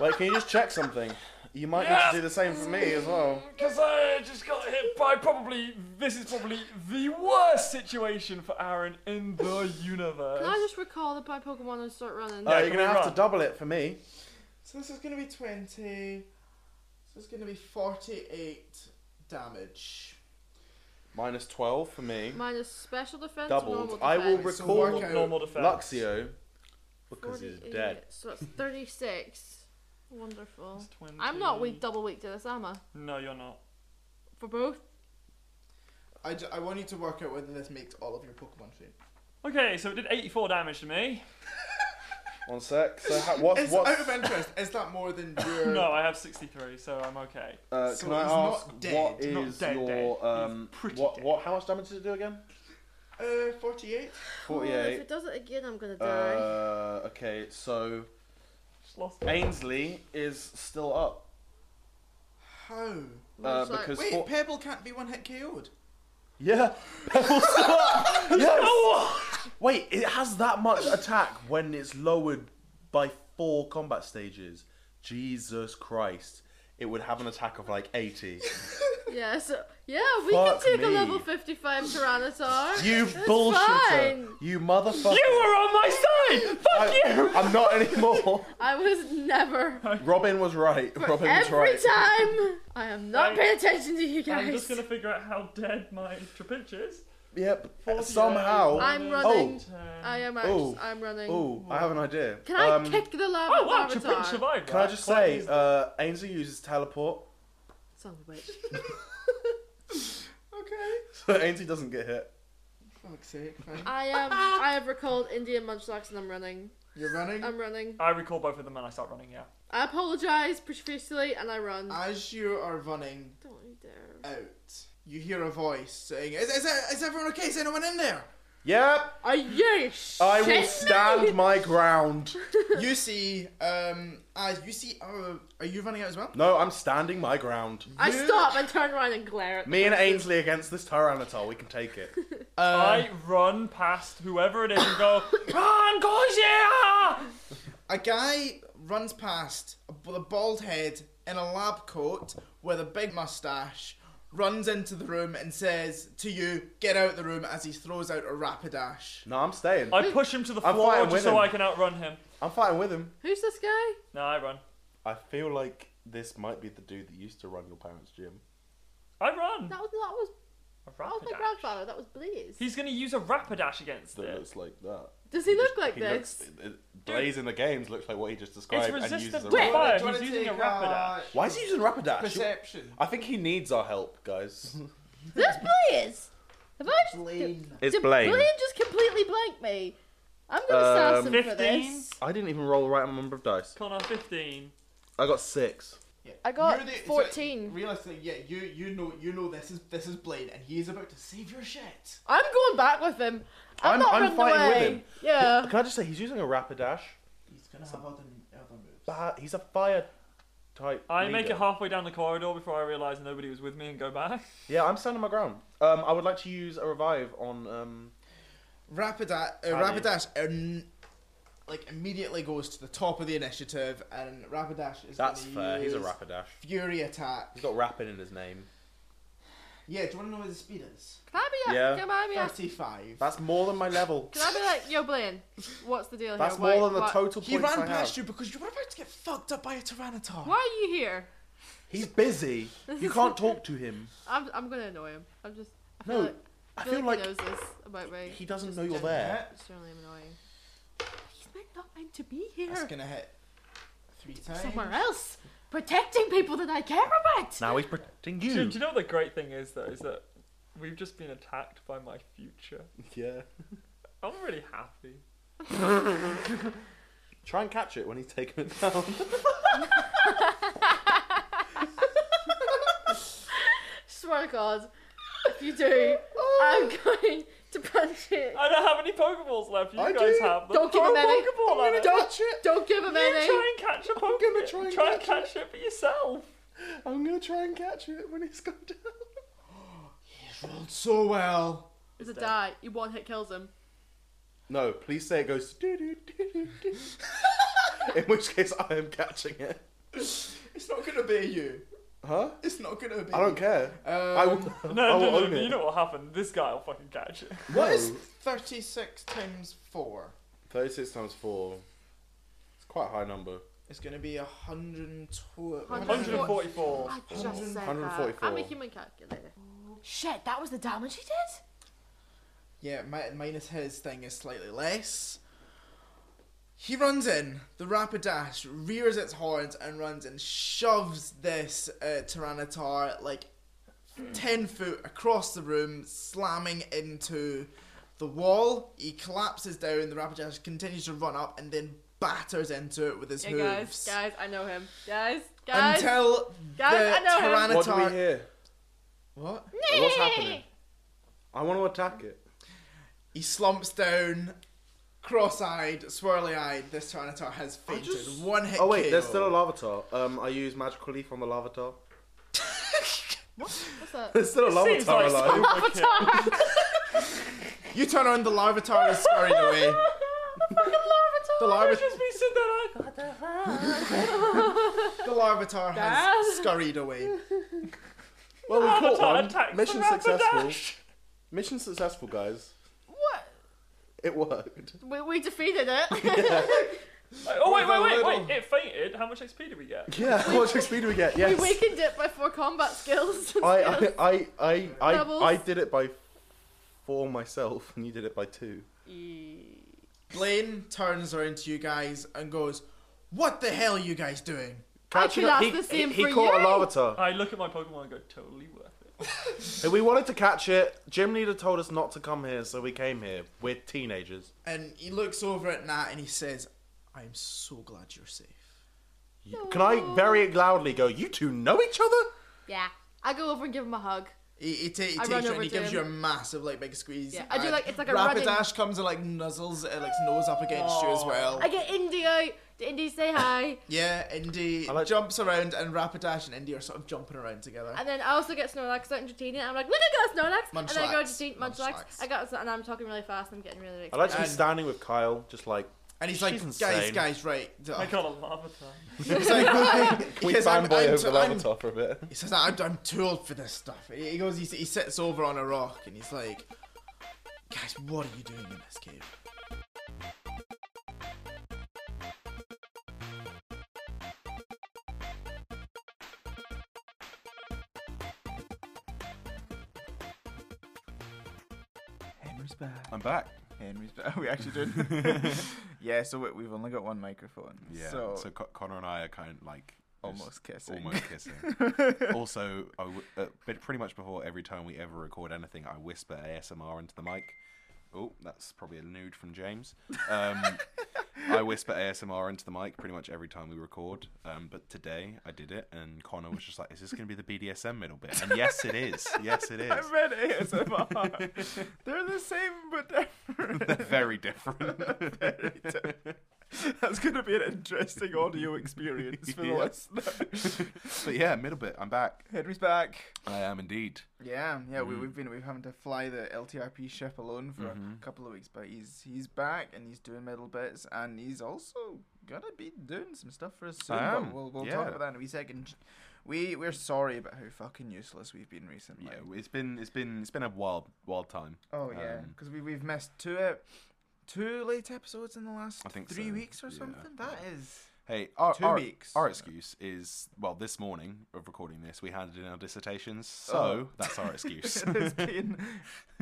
D: Wait, can you just check something? You might
B: Yeah.
D: need to do the same for me as well.
B: Because I just got hit by probably this is probably the worst situation for Aaron in the universe.
E: Can I just recall that my Pokemon and start running?
D: Oh,
B: Yeah,
D: you're
B: can
D: gonna
B: we
D: have
B: run?
D: to double it for me.
F: so this is going to be 20. So it's going to be 48 damage.
D: Minus twelve for me.
E: Minus special defense, normal
D: Doubled.
E: defense.
D: I will
F: defense. So
D: recall
F: work out
B: normal defense.
D: Luxio because he's
E: 48,
D: dead.
E: So it's 36. Wonderful.
B: It's 20.
E: I'm not weak, double weak to this, am I?
B: No, you're not.
E: For both?
F: I, ju- I want you to work out whether this makes all of your Pokemon faint.
B: Okay, so it did 84 damage to me.
D: One sec. So ha- what's
F: It's out
D: what's uh,
F: of interest. Is that more than your.
B: No, I have 63, so I'm okay.
D: Uh,
F: So
D: can I
F: he's not
D: ask
F: dead.
D: what
B: Not
D: is
B: dead,
D: your
B: dead.
D: um
B: He's pretty
D: what
B: dead.
D: what how much damage did it do again?
F: Uh, 48?
E: Oh, if
D: Forty-eight.
E: it does it again, I'm gonna die.
D: Uh, okay, so
B: Just lost
D: Ainsley is still up
F: How?
D: uh,
E: Looks like-
D: because
F: Wait,
D: four-
F: Pebble can't be one hit KO'd.
D: yeah, Pebble's still up. Yes. Wait, it has that much attack when it's lowered by four combat stages. Jesus Christ, it would have an attack of like eighty.
E: yeah, so, yeah, we can
D: Fuck
E: take a
D: me.
E: level 55 Tyranitar.
D: You
E: That's
D: bullshitter!
E: fine.
D: You motherfucker!
B: You were on my side! Fuck
D: I,
B: you!
D: I'm not anymore.
E: I was never.
D: Robin was right. Robin was
E: every
D: right.
E: time! I am not
B: I'm-
E: paying attention to you guys.
B: I'm just gonna figure out how dead my Trapinch is.
D: Yep.
B: 48.
D: Uh, Somehow.
E: I'm
B: Oh.
E: running.
B: Ten.
E: I am
D: Ooh.
E: actually, I'm running.
D: Oh, I have an idea.
E: Can I
D: Um,
E: kick the lava
B: Oh wow, Trapinch
E: Tyranitar?
B: survived.
D: Can I
B: that.
D: just
B: Quite
D: say,
B: easily.
D: uh, Ainsley uses teleport,
E: Son of a bitch.
F: Okay.
D: so Ainsley doesn't get hit.
F: Fuck's sake, fine.
E: I am. I have recalled Indian Munchlax and I'm running.
F: You're running.
E: I'm running.
B: I recall both of them and I start running, yeah.
E: I apologize profusely and I run.
F: As you are running
E: Don't you dare.
F: out, you hear a voice saying, Is, is, is everyone okay? Is anyone in there?
D: Yep,
E: Are you shitting
D: I will
E: me?
D: stand my ground.
F: you see, um, as you see, uh, are you running out as well?
D: No, I'm standing my ground.
E: I
F: You-
E: stop and turn around and glare at
D: Me
E: the
D: and
E: person.
D: Ainsley against this Tyranitar, we can take it.
F: Uh,
B: I run past whoever it is and go, Run, guys, yeah!
F: A guy runs past with a bald head in a lab coat with a big mustache, runs into the room and says to you, Get out the room as he throws out a rapidash.
D: No, I'm staying.
B: I push him to the
D: I'm
B: floor
D: fighting
B: just
D: with
B: so
D: him.
B: I can outrun him.
D: I'm fighting with him.
E: Who's this guy?
B: No, I run.
D: I feel like this might be the dude that used to run your parents' gym.
B: I run.
E: That was that was that was Oh
B: A
E: my
B: Rapidash.
E: grandfather. That was Blaze.
B: He's gonna use a Rapidash against
D: That
B: it.
D: looks like that.
E: Does he look like
D: he
E: this?
D: Looks, it- it- Blaze in the games looks like what he just described and
B: resistant
D: uses a
B: to
D: Rapidash.
B: fire.
F: Do you wanna
B: He's using a
F: take, uh,
D: Why is he using Rapidash?
F: Perception.
D: I think he needs our help, guys.
E: This Blaze. Have I just
F: Blaine.
D: It's
E: did Blaine just completely blank me? I'm gonna
D: Um,
E: sass him for
B: 15?
E: this.
D: I didn't even roll the right number of dice.
B: Connor, 15.
D: I got six.
F: Yeah.
E: I got
F: You're the- so,
E: 14.
F: realistically, yeah, you you know you know this is this is Blade, and he is about to save your shit.
E: I'm going back with him. I'm,
D: I'm-
E: not
D: I'm
E: running
D: fighting
E: away.
D: with him.
E: Yeah.
D: Can I just say he's using a rapid dash?
F: He's gonna have other other moves.
D: Bah- He's a fire type.
B: I make
D: leader.
B: it halfway down the corridor before I realise nobody was with me and go back.
D: Yeah, I'm standing my ground. Um, I would like to use a revive on. Um,
F: Rapidash, uh,
D: Andy.
F: Rapidash, um, like immediately goes to the top of the initiative, and Rapidash is.
D: that's
F: gonna
D: fair. He's a
F: use
D: rapid dash.
F: Fury attack.
D: He's got rapid in his name.
F: Yeah, do you want to know what his speed is?
E: Can I be like,
D: Yeah.
E: can I be like,
F: Thirty-five.
D: That's more than my level.
E: can I be like, yo, Blaine, what's the deal here?
D: That's
E: Why-
D: more than the
E: why-
D: total
F: He
D: points
F: ran
D: I
F: past
D: have.
F: you because you were about to get fucked up by a Tyranitar.
E: Why are you here?
D: He's busy. You can't talk to him.
E: I'm, I'm gonna annoy him. I'm just. I feel
D: No,
E: like,
D: I feel like
E: he knows this about me.
D: he doesn't
E: Just
D: know you're
E: generally-
D: there.
E: Generally, I'm annoying.
A: He's meant not meant to be here.
F: That's gonna hit three times.
A: Somewhere else, protecting people that I care about.
D: Now he's protecting
B: Do,
D: you.
B: do you know what the great thing is though? Is that we've just been attacked by my future.
D: Yeah.
B: I'm really happy.
D: Try and catch it when he's taking it down.
E: Swear to God, if you do, Oh, I'm going to punch it.
B: I don't have any Pokeballs left. You
D: I
B: guys
D: do.
B: have them.
E: Don't give
B: Throw
E: him
B: a
E: any.
B: Pokeball at it.
D: Catch it!
E: Don't give him
B: You
E: any.
B: try and catch a Pokeball.
D: gonna try and
B: try
D: catch
B: catch it for yourself.
D: I'm gonna try and catch it when he's gone down.
F: He's rolled so well.
E: It's a die. You one hit kills him.
D: No, please say it goes doo doo doo doo doo. In which case, I am catching it.
F: It's not gonna be you.
D: Huh?
F: It's not gonna be.
D: I don't care.
F: Um,
D: I will.
B: No, no,
D: I will
B: no,
D: own
B: no,
D: it.
B: You know what happened? This guy will fucking catch it.
F: What is thirty-six times four?
D: Thirty-six times four. It's quite a high number.
F: It's gonna be a hundred and twelve.
B: 144.
A: I just said that.
D: 144.
E: I'm a human calculator.
A: Shit, that was the damage he did.
F: Yeah, mi- minus his thing is slightly less. He runs in. The rapid dash rears its horns and runs and shoves this uh, Tyranitar like ten foot across the room, slamming into the wall. He collapses down. The rapid dash continues to run up and then batters into it with his
E: Yeah, guys,
F: hooves
E: guys, I know him. Guys, guys.
F: until
E: guys, I
F: the
E: know him.
D: What do we
F: Tyranitar.
D: hear?
F: What?
D: What's happening? I want to attack it.
F: He slumps down, cross-eyed, swirly-eyed. This Tyranitar has fainted. One hit.
D: Oh wait, there's
F: KO.
D: still a lavatar. Um, I use magical leaf on the lavatar.
E: What's that?
D: There's still a
B: Seems
D: lavatar
B: like
D: alive.
B: so much-
F: You turn on the Larvitar is scurrying away. the,
B: I
F: Larv-
B: would just be sitting there like,
F: the Larvitar has scurried away.
D: Well, we caught
B: Avatar
D: one.
B: attacks
D: Mission
B: the
D: successful.
B: Rapidash.
D: Mission successful, guys.
E: What?
D: It worked.
E: We, we defeated it.
B: Like, oh, wait,
F: With a
B: wait, wait,
F: little-
B: wait. It fainted. How much XP did we get?
D: Yeah. How much XP do we get?
E: we
D: Yes.
E: weakened it by four combat skills.
D: I, I, I, I,
E: Doubles.
D: I, I did it by four myself, and you did it by two.
E: E,
F: Blaine turns around to you guys and goes, "What the hell are you guys doing?"
E: I
D: Catching
E: could
D: up-
E: ask the same
D: he,
E: for
D: he caught
E: you.
D: a lavatar.
B: I look at my Pokemon and go, totally worth it.
D: If we wanted to catch it, gym leader told us not to come here, so we came here. We're teenagers.
F: And he looks over at Nat and he says, "I'm so glad you're safe."
D: You- Can I very loudly go? You two know each other?
E: yeah. I go over and give him a hug.
F: He, he, ta- he
E: I
F: takes you
E: run
F: and
E: over
F: he
E: to
F: gives
E: him.
F: you a massive, like, big squeeze.
E: Yeah, I do,
F: and
E: like- it's like a
F: Rapidash
E: running-
F: comes and like nuzzles Alex's nose up against you as well.
E: I get Indy out. Did Indy say hi?
F: Yeah, Indy
D: I like-
F: jumps around, and Rapidash and Indy are sort of jumping around together.
E: And then I also get Snorlax out and Jatini. And I'm like, look, I got Snorlax. And then I go
F: Munchlax.
E: Jatini, Munchlax.
F: Munchlax.
E: I got, and I'm talking really fast. I'm getting really
D: I
E: excited.
D: like to be
F: And-
D: standing with Kyle, just like
F: And he's like,
D: She's
F: guys,
D: insane.
F: guys, right.
B: I got a Lavatar.
F: He's like, I,
D: we
F: he says, I'm-
D: fanboy
F: I'm
D: over
F: too-
D: the
F: I'm-
D: lavatar for a bit.
F: He says, I'm, I'm too old for this stuff. He he goes, he, s- he sits over on a rock, and he's like, guys, what are you doing in this cave?
G: Henry's back.
H: I'm back.
G: Henry's back. Are we actually doing? yeah. So we, we've only got one microphone.
H: Yeah. So,
G: So,
H: Co- Connor and I are kind of like just
G: almost kissing.
H: Almost kissing. also, I w- uh, but pretty much before every time we ever record anything, I whisper ASMR into the mic. Oh, that's probably a nude from James. Um, I whisper ASMR into the mic pretty much every time we record. Um, but today I did it, and Connor was just like, "Is this going to be the BDSM middle bit?" And yes, it is. Yes, it
F: I
H: is.
F: read ASMR. They're the same but
H: They're
F: different.
H: very different.
F: Very different. That's going to be an interesting audio experience for the
H: Yeah.
F: listener.
H: but yeah, middle bit. I'm back.
F: Henry's back.
H: I am indeed.
F: Yeah, yeah, we,
H: Mhm.
F: we've been we've having to fly the LTRP ship alone for a
H: Mhm.
F: couple of weeks, but he's he's back and he's doing middle bits and he's also gonna be doing some stuff for us soon.
H: I
F: but
H: am,
F: We'll, we'll
H: yeah.
F: talk about that in a wee second. We we're sorry about how fucking useless we've been recently.
H: Yeah, it's been it's been it's been a wild wild time.
F: Oh yeah,
H: Um,
F: because we we've missed two uh, two late episodes in the last
H: I think
F: three
H: so,
F: weeks or
H: yeah.
F: something. That is
H: Hey, our,
F: two
H: our,
F: weeks.
H: our excuse is well, this morning of recording this, we handed in our dissertations, so
F: Oh.
H: that's our excuse.
F: it's been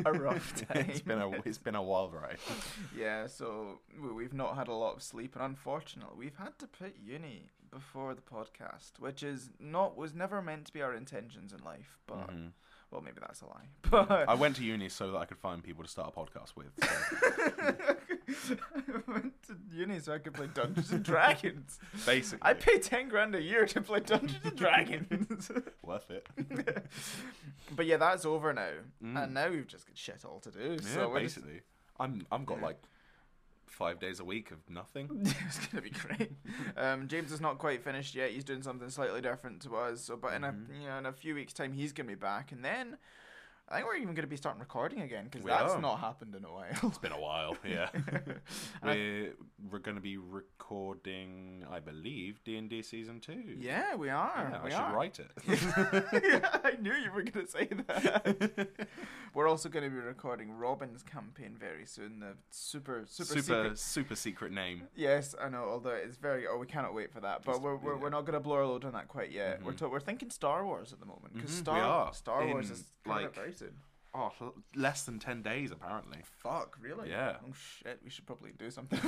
F: a rough time.
H: it's been a it's been a wild ride.
F: Yeah, so we- we've not had a lot of sleep, and unfortunately, we've had to put uni before the podcast, which is not was never meant to be our intentions in life. But
H: Mhm.
F: well, maybe that's a lie. But
H: I went to uni so that I could find people to start a podcast with. so
F: I went to uni so I could play Dungeons and Dragons.
H: basically,
F: I pay ten grand a year to play Dungeons and Dragons.
H: worth it.
F: but yeah, that's over now,
H: Mm.
F: and now we've just got shit all to do.
H: Yeah,
F: so we're just-
H: basically, I'm I'm got like five days a week of nothing.
F: it's gonna be great. Um, James is not quite finished yet. He's doing something slightly different to us. So, but in
H: Mm-hmm.
F: a you know in a few weeks' time, he's gonna be back, and then I think we're even gonna be starting recording again because
H: We
F: that's
H: are.
F: not happened in a while.
H: It's been a while. Yeah, we're we're gonna be recording, I believe, D and D season two.
F: yeah, we are.
H: Yeah, I
F: we
H: should
F: are.
H: write it.
F: I knew you were gonna say that. we're also gonna be recording Robin's campaign very soon. The super super
H: super
F: secret
H: super secret name.
F: Yes, I know. Although it's very, oh, we cannot wait for that. But
H: Just-
F: we're, we're,
H: yeah.
F: we're not gonna blow our load on that quite yet. We're
H: Mhm.
F: to, we're thinking Star Wars at the moment because
H: Mhm, we
F: Star
H: are.
F: Star Wars
H: In,
F: is coming
H: like-
F: up very soon.
H: Oh, l- less than ten days apparently.
F: Fuck, really?
H: Yeah.
F: Oh shit, we should probably do something.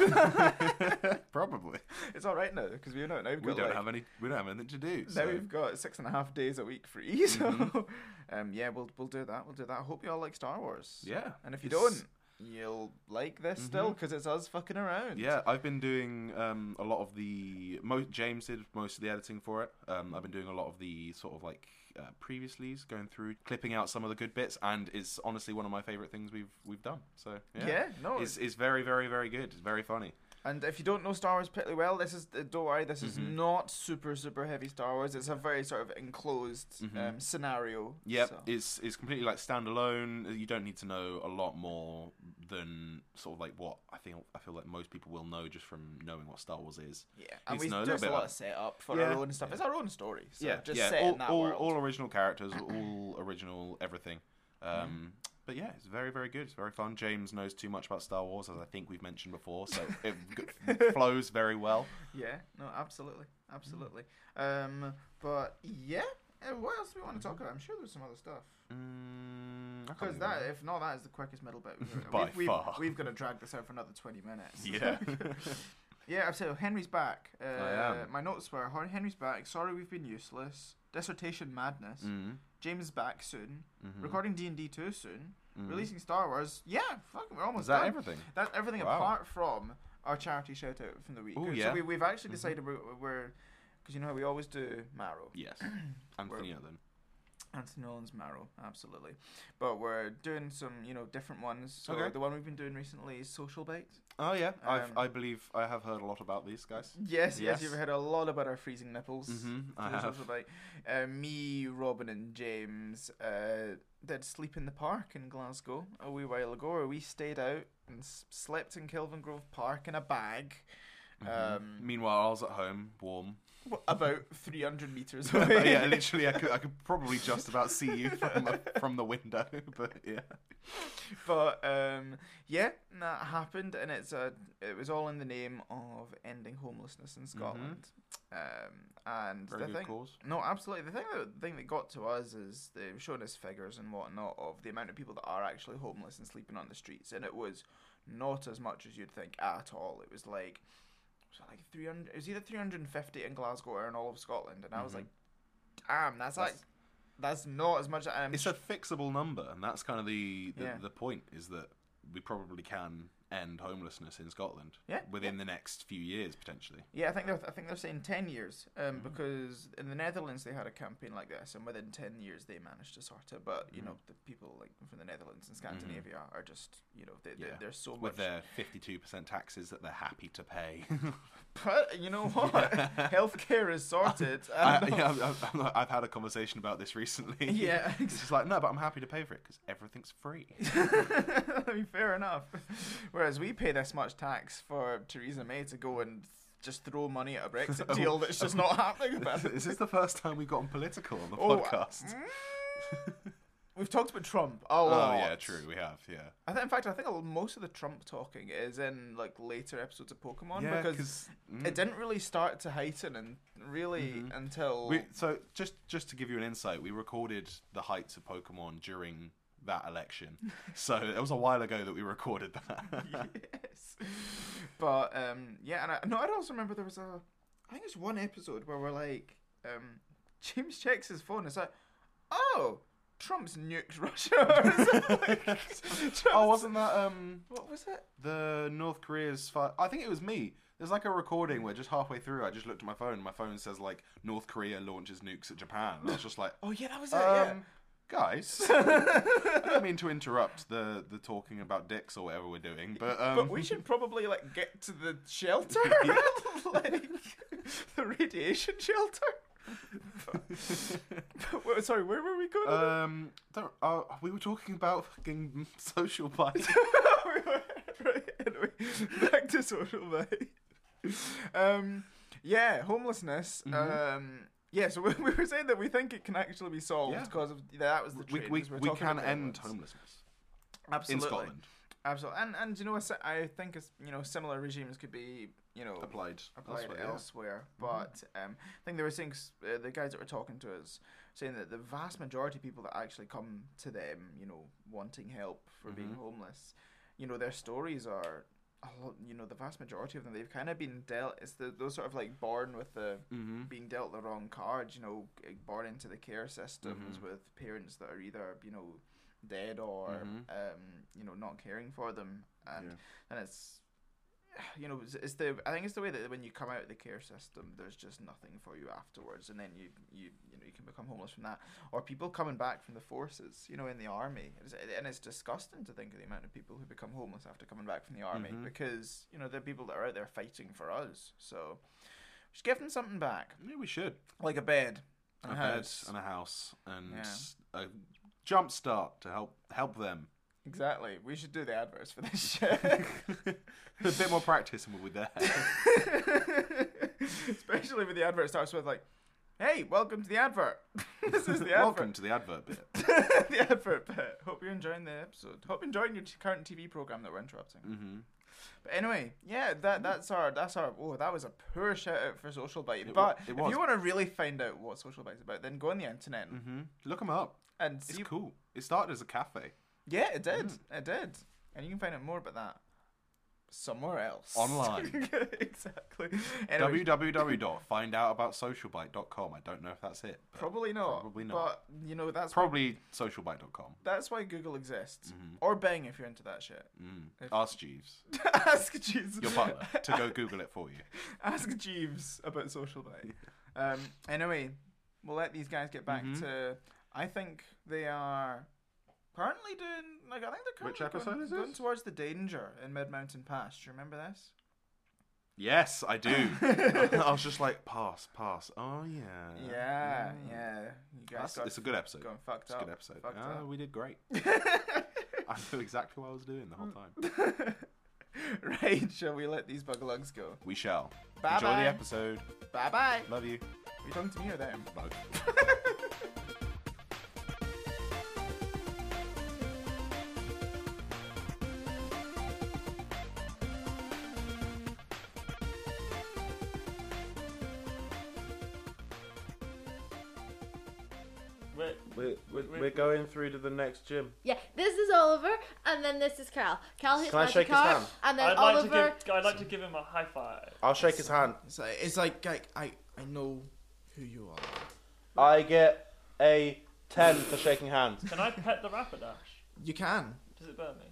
F: probably. It's all right now because we know now we've
H: We
F: got
H: don't
F: like,
H: have any. We don't have anything to do.
F: now
H: so-
F: we've got six and a half days a week free. So, um, yeah, we'll we'll do that. We'll do that. I hope you all like Star Wars.
H: Mm-hmm. yeah.
F: And if you
H: it's- Mm-hmm.
F: don't, you'll like this still because it's us fucking around.
H: Yeah, I've been doing um, a lot of the. Mo- James did most of the editing for it. Um, I've been doing a lot of the sort of like uh, previously's, going through, clipping out some of the good bits, and it's honestly one of my favorite things we've we've done. So yeah,
F: Yeah, no,
H: it's, it's very very very good. It's very funny.
F: And if you don't know Star Wars particularly well, this is uh, don't worry, this is
H: Mhm.
F: not super super heavy Star Wars. It's a very sort of enclosed
H: Mhm.
F: um, scenario.
H: Yep,
F: so-
H: it's it's completely like standalone. You don't need to know a lot more than sort of like what I feel I feel like most people will know just from knowing what Star Wars is.
F: yeah, and
H: needs
F: we
H: to know a
F: do
H: little
F: just a
H: bit
F: lot
H: about-
F: of setup for
H: Yeah.
F: our own stuff. It's our own story. So
H: yeah,
F: just
H: yeah.
F: set
H: all,
F: in that
H: all,
F: world.
H: all original characters, all original everything.
F: Mm-hmm.
H: Um, but yeah, it's very, very good. It's very fun. James knows too much about Star Wars, as I think we've mentioned before, so it g- flows very well.
F: Yeah, no, absolutely, absolutely.
H: Mm-hmm.
F: Um, but yeah, uh, what else do we want to talk about? I'm sure there's some other stuff.
H: Mm, I can't
F: Because
H: think
F: that,
H: of
F: if not, that is the quickest middle bit. We've,
H: By
F: we've, we've,
H: far.
F: we've got to drag this out for another 20 minutes.
H: anything. yeah,
F: Yeah, absolutely. Henry's back. Uh,
H: am.
F: My notes were Hor- Henry's back. Sorry, we've been usel's. Dissertation madness.
H: mm,
F: James is back soon.
H: mhm,
F: Recording D and D too soon.
H: mhm.
F: Releasing Star Wars. Yeah, fucking, we're almost
H: Is that
F: done.
H: everything?
F: That's everything
H: Wow.
F: apart from our charity shout out from the week.
H: Ooh,
F: So
H: yeah. Mm-hmm.
F: we, we've actually decided we're we're because you know how we always do marrow.
H: Yes, Anthony Allen.
F: Anthony Nolan's Marrow, absolutely. But we're doing some, you know, different ones. So
H: Okay.
F: the one we've been doing recently is Social Bait.
H: Oh yeah, I've,
F: Um,
H: I believe I have heard a lot about these guys.
F: Yes, yes,
H: Yes.
F: you've heard a lot about our freezing nipples.
H: Mhm, I
F: It was
H: have.
F: also Like, uh, me, Robin, and James uh, did sleep in the park in Glasgow a wee while ago. Where we stayed out and s- slept in Kelvin Grove Park in a bag, um,
H: Mm-hmm. Meanwhile, I was at home, warm.
F: w- about three hundred meters
H: But
F: away.
H: Oh, yeah, literally, I could, I could probably just about see you from the, from the window. But yeah,
F: but um, yeah, that happened, and it's a. It was all in the name of ending homelessness in Scotland. Um, and
H: Mm-hmm. very
F: the
H: good
F: thing,
H: cause.
F: No, absolutely. The thing that the thing that got to us is they've shown us figures and whatnot of the amount of people that are actually homeless and sleeping on the streets, and it was not as much as you'd think at all. It was like was it like three hundred. It was either three hundred and fifty in Glasgow or in all of Scotland, and I was
H: Mhm.
F: like, "Damn, that's, like that's not as much." um, And I'm
H: it's a fixable number, and that's kind of the the,
F: Yeah.
H: the point is that we probably can end homelessness in Scotland
F: Yeah,
H: within the next few years potentially.
F: Yeah, I think they're I think they're saying ten years, um,
H: Mm-hmm.
F: because in the Netherlands they had a campaign like this, and within ten years they managed to sort it. But you know,
H: Mm-hmm.
F: the people like from the Netherlands and Scandinavia are just you know they, they,
H: Yeah.
F: there's so much.
H: With their 52% taxes that they're happy to pay.
F: But you know what? Healthcare is sorted.
H: I,
F: and-
H: yeah, I've, I've- I've, I've had a conversation about this recently.
F: Yeah.
H: it's just like, no, but I'm happy to pay for it because everything's free.
F: I mean, fair enough. Whereas we pay this much tax for Theresa May to go and just throw money at a
H: Oh.
F: Brexit deal that's just not happening. man.
H: Is this the first time we've gotten political on the
F: Oh, I-
H: podcast?
F: We've talked about Trump a
H: Oh,
F: lot.
H: yeah, true. We have, yeah.
F: I think, in fact, I think a l- most of the Trump talking is in like later episodes of Pokemon
H: yeah,
F: because
H: mm. Mm-hmm.
F: it didn't really start to heighten and really until
H: We, so just just to give you an insight, we recorded the heights of Pokemon during that election. so it was a while ago that we recorded that.
F: yes. But um, yeah, and I, no, I also remember there was a, I think it's one episode where we're like, um, James checks his phone. It's like, oh, Trump's nuked Russia. Or something like, Trump's-
H: oh, wasn't that um
F: What was it?
H: the North Korea's? Fi- I think it was me. There's like a recording where just halfway through, I just looked at my phone. and My phone says like North Korea launches nukes at Japan. And I was just like,
F: Oh yeah, that was it. yeah.
H: um, guys, I don't mean to interrupt the the talking about dicks or whatever we're doing, but um,
F: but we should probably like get to the shelter, like the radiation shelter. But- but- sorry, where were we going?
H: Um, don't, uh, we were talking about fucking social bias.
F: We were- right, anyway, back to social life. Um, yeah, homelessness.
H: Mm-hmm.
F: Um, yeah, so we, we were saying that we think it can actually be solved
H: Yeah.
F: because of that was the
H: we
F: trade,
H: we,
F: because we're
H: we
F: talking
H: can
F: about
H: end
F: homeless.
H: homelessness
F: absolutely Oh,
H: in Scotland.
F: absolutely and and you know what, si- I think it's you know similar regimes could be you know
H: Applied,
F: applied elsewhere,
H: elsewhere, yeah.
F: but um, I think they were saying s- uh, the guys that were talking to us saying that the vast majority of people that actually come to them, you know, wanting help for being homeless, you know, their stories are, a lot, you know, the vast majority of them they've kind of been dealt. It's the, those sort of like born with the
H: Mm-hmm.
F: being dealt the wrong card, you know, g- born into the care systems with parents that are either you know dead or um, you know not caring for them, and and it's you know, it's, it's the I think it's the way that when you come out of the care system, there's just nothing for you afterwards, and then you you you know you can become homeless from that, or people coming back from the forces, you know, in the army, It's- and it's disgusting to think of the amount of people who become homeless after coming back from the army because you know they're people that are out there fighting for us, so just give them something back,
H: Yeah, we should.
F: like a bed,
H: A,
F: and a,
H: bed
F: house.
H: and a house and
F: Yeah.
H: a jump start to help help them.
F: exactly. We should do the adverts for this shit.
H: A bit more practice and we'll be there.
F: Especially when the advert starts with like, "Hey, welcome to the advert. this is the
H: Welcome
F: advert.
H: to the advert bit.
F: the advert bit. Hope you're enjoying the episode. Hope you're enjoying your t- current TV program that we're interrupting.
H: Mm-hmm.
F: But anyway, yeah, that that's our that's our. Oh, that was a poor shout out for Social Bite.
H: It wa-
F: but
H: it
F: if
H: was.
F: you want to really find out what Social Bite's about, then go on the internet
H: Mm-hmm. Look them up.
F: and
H: It's
F: see.
H: cool. It started as a cafe
F: Yeah, it did.
H: Mm.
F: It did. And you can find out more about that somewhere else.
H: online.
F: exactly. Anyway,
H: www.findoutaboutsocialbite.com. I don't know if that's it. but
F: Probably not.
H: Probably not.
F: But you know that's
H: Probably socialbite.com.
F: That's why Google exists.
H: Mm-hmm.
F: Or Bing if you're into that shit.
H: Mm. Ask Jeeves,
F: Ask Jeeves.
H: your butler, to go Google it for you.
F: Ask Jeeves about social bite. um, anyway, we'll let these guys get back
H: Mhm.
F: to. I think they are currently doing. Like I think they're currently
H: Which
F: going,
H: episode is
F: going
H: this?
F: towards the danger in Mid Mountain Pass. Do you remember this?
H: Yes, I do. I was just like, pass, pass. Oh yeah.
F: Yeah, yeah. You guys
H: mm. That's,
F: got
H: it's a good episode.
F: going fucked
H: It's a
F: up.
H: good episode.
F: Fucked
H: Ah,
F: up.
H: we did great. I knew exactly what I was doing the whole
D: Mm.
H: time.
F: right, shall we let these bugalugs go?
H: We shall. Enjoy
F: Bye-bye.
H: the episode.
F: Bye bye.
H: Love you.
F: Are you talking to me or them?
H: Bye.
B: We're,
D: We're, we're, we're going through to the next gym.
E: Yeah, this is Oliver, and then this is Cal. Cal hits
D: Can I
E: magic
D: shake his
E: card,
D: hand?
E: and then
B: I'd like, to
E: Oliver.
B: give, I'd like to give him a high five.
D: I'll shake his hand.
I: It's like, it's like I, I, I know who you are.
D: I get a 10 for shaking hands.
B: Can I pet the Rapidash?
I: You can.
B: Does it burn me?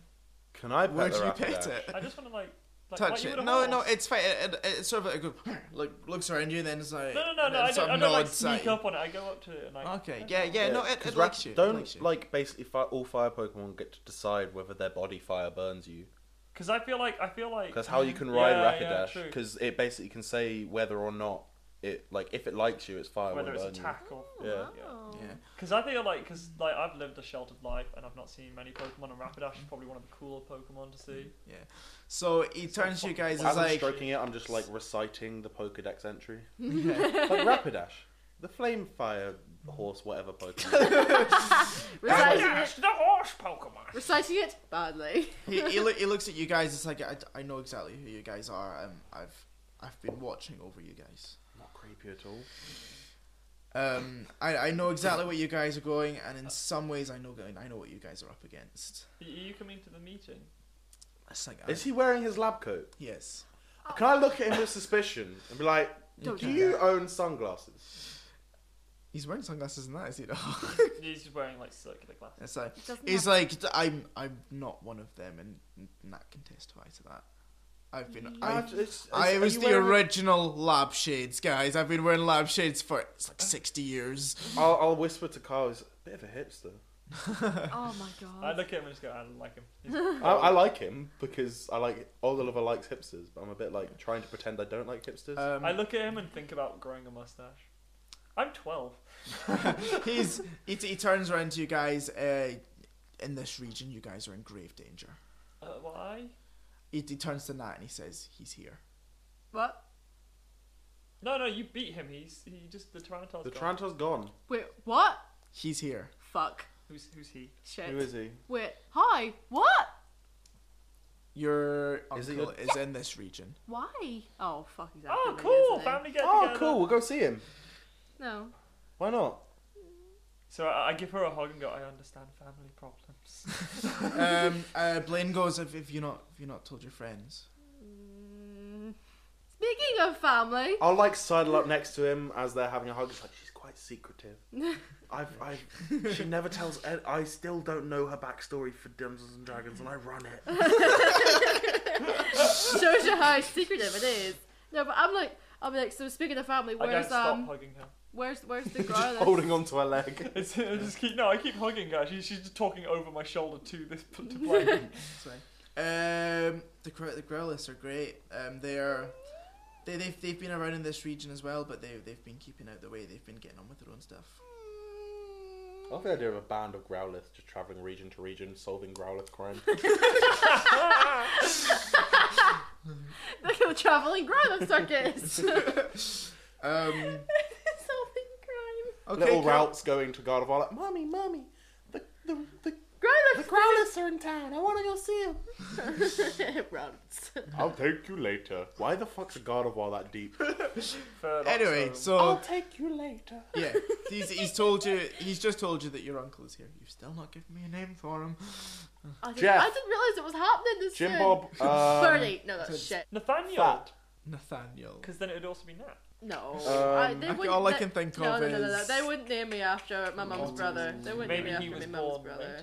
D: Can I pet
F: Would
D: the
F: you pet
D: Rapidash?
F: it?
B: I just want to like, like like
F: Touch
B: you
F: it.
B: would a
F: No, no,
B: horse.
F: it's fine. It, it, it's sort of like a good, like looks around you, and then it's like
B: no, no, no,
F: and
B: no.
F: then
B: I
F: sort
B: don't,
F: of
B: I don't like
F: nods
B: sneak
F: at you.
B: up on it. I go up to it and like.
F: Okay, yeah, yeah, no, it, it
D: rap-
F: likes you. it
D: don't
F: likes you.
D: like basically fi all fire Pokemon get to decide whether their body fire burns you.
B: Because I feel like I feel like
D: That's how you can
B: Yeah,
D: ride
B: yeah,
D: Rapidash
B: true.
D: because it basically can say whether or not it like if it likes you, it's fire
B: whether
D: will
B: it's
D: burn
B: attack or
D: you. Yeah.
E: Oh.
F: yeah.
B: Because I feel like, because like I've lived a sheltered life and I've not seen many Pokemon, and Rapidash is probably one of the cooler Pokemon to see.
F: So he turns to you guys
D: As
F: as
D: I'm
F: like,
D: stroking it, I'm just like reciting the Pokedex entry. like Rapidash, the flame fire horse, whatever Pokemon.
E: Reciting it,
B: the horse Pokemon.
E: reciting it badly.
F: he, he, loo- he looks at you guys. It's like I, I know exactly who you guys are. Um, I've I've been watching over you guys.
D: not creepy at all.
F: Um, I, I know exactly where you guys are going, and in some ways, I know I know what you guys are up against.
B: You coming to the meeting?
F: It's like
D: Is he wearing his lab coat?
F: yes.
D: Can I look at him with suspicion and be like,
E: Don't
D: "Do
E: do
D: you own sunglasses?"
F: He's wearing sunglasses in that, is he? not?
B: He's just wearing like circular glasses.
F: it's like
E: Doesn't
F: he's
E: have-
F: like "D- I'm I'm not one of them, and n- Nat can testify to that. I've been I
D: Ah, it's-
F: I
D: are
F: was
D: you
F: the
D: wearing a-
F: original lab shades, guys. I've been wearing lab shades for it's like sixty years.
D: I'll, I'll whisper to Carl. He's a bit of a hipster.
E: oh my
B: I
E: god.
B: look at him and just go, I don't like him. He's-
D: I, I like him because I like Oliver likes hipsters, but I'm a bit like trying to pretend I don't like hipsters.
F: Um,
B: I look at him and think about growing a mustache. I'm 12.
F: He's he, he turns around to you guys. Uh, in this region, you guys are in grave danger.
B: Uh, why?
F: He, he turns to Nat and he says, "He's here."
E: What?
B: No, no, you beat him. He's he just the Tyranitar's
D: the
B: gone.
D: Trantor's gone.
E: Wait, what?
F: He's here.
E: Fuck.
B: Who's who's he?
E: Shit.
D: Who is he?
E: Wait, hi. What?
F: Your
D: Is
F: uncle
D: it
F: is,
D: your-
F: in this region.
E: Why? Oh, fuck, exactly.
B: Oh,
E: what it
B: cool!
E: is, isn't it?
B: Family get
D: Oh,
B: together.
D: cool. We'll go see him.
E: No.
D: Why not?
B: So I, I give her a hug and go, I understand family problems.
F: um, uh, Blaine goes, "If if you not if you not told your friends."
E: Mm, Speaking of family,
D: I'll like sidle up next to him as they're having a hug. She's like, she's quite secretive. I've, I've, she never tells. Ed, I still don't know her backstory for Dungeons and Dragons, and I run it.
E: shows you how secretive it is. No, but I'm like, I'll be like, so speaking of family,
B: I don't
E: where's
B: stop
E: um,
B: hugging her.
E: where's where's the
D: Just
E: garlic?
D: holding onto her leg.
B: It's, I just keep no. I keep hugging her. She, she's just talking over my shoulder to this p- to play.
F: Sorry. Um, the Gro- the Growlers are great. Um, they're they they've, they've been around in this region as well, but they they've been keeping out the way. They've been getting on with their own stuff.
D: I love the idea of a band of growliths just traveling region to region, solving growlith crime.
E: Like a traveling crime circus. Solving
F: Um,
E: crime.
F: okay,
D: Little
F: cool.
D: routes going to Gardevoir, like, mommy, mommy, the the the, the
E: Garlic
D: growliths are in town. I want to go see them.
E: runs.
D: I'll take you later. Why the fuck's a Gardevoir that deep?
B: Furlong,
F: Anyway, so
D: take you later.
F: Yeah, he's, he's told you. He's just told you that your uncle is here. You've still not given me a name for him.
E: I didn't,
D: Jeff.
E: I didn't realize it was happening this
D: Jim
E: soon.
D: Bob. Um,
E: Bernie. No, that's shit.
B: Nathaniel,
D: fat.
F: Nathaniel.
B: because then it would also be Nat.
E: No. I, they
F: Um, I-
E: wouldn't-
F: all I
E: they-
F: can think
E: no,
F: of
E: no, no, no, no.
F: is-
E: They wouldn't name me after my mum's brother. They wouldn't
B: Maybe
E: name me
B: he
E: after
B: was
E: my mum's
B: born
E: brother.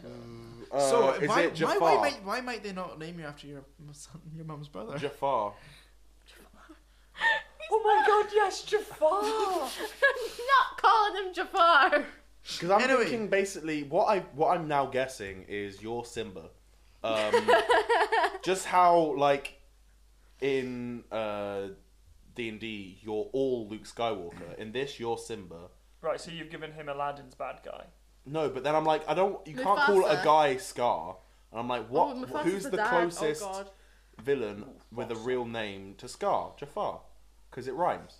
B: later.
D: Uh,
F: so
D: is
F: why, why,
D: it Jafar?
F: why, might, why might they not name you after your son, your mum's brother?
D: Jafar.
B: Oh my God! Yes, Jafar.
E: Not calling him Jafar.
D: Because I'm
F: Anyway.
D: thinking basically what I what I'm now guessing is your Simba. Um, just how like in uh D and D you're all Luke Skywalker. In this you're Simba.
B: right. So you've given him Aladdin's bad guy.
D: No, but then I'm like, I don't. You can't call a
E: Mufasa.
D: guy Scar. And I'm like, what?
E: Oh,
D: wh-
E: Mufasa's
D: who's the
E: dad.
D: closest
E: Oh, God.
D: villain with a real name to Scar? Jafar, because it rhymes.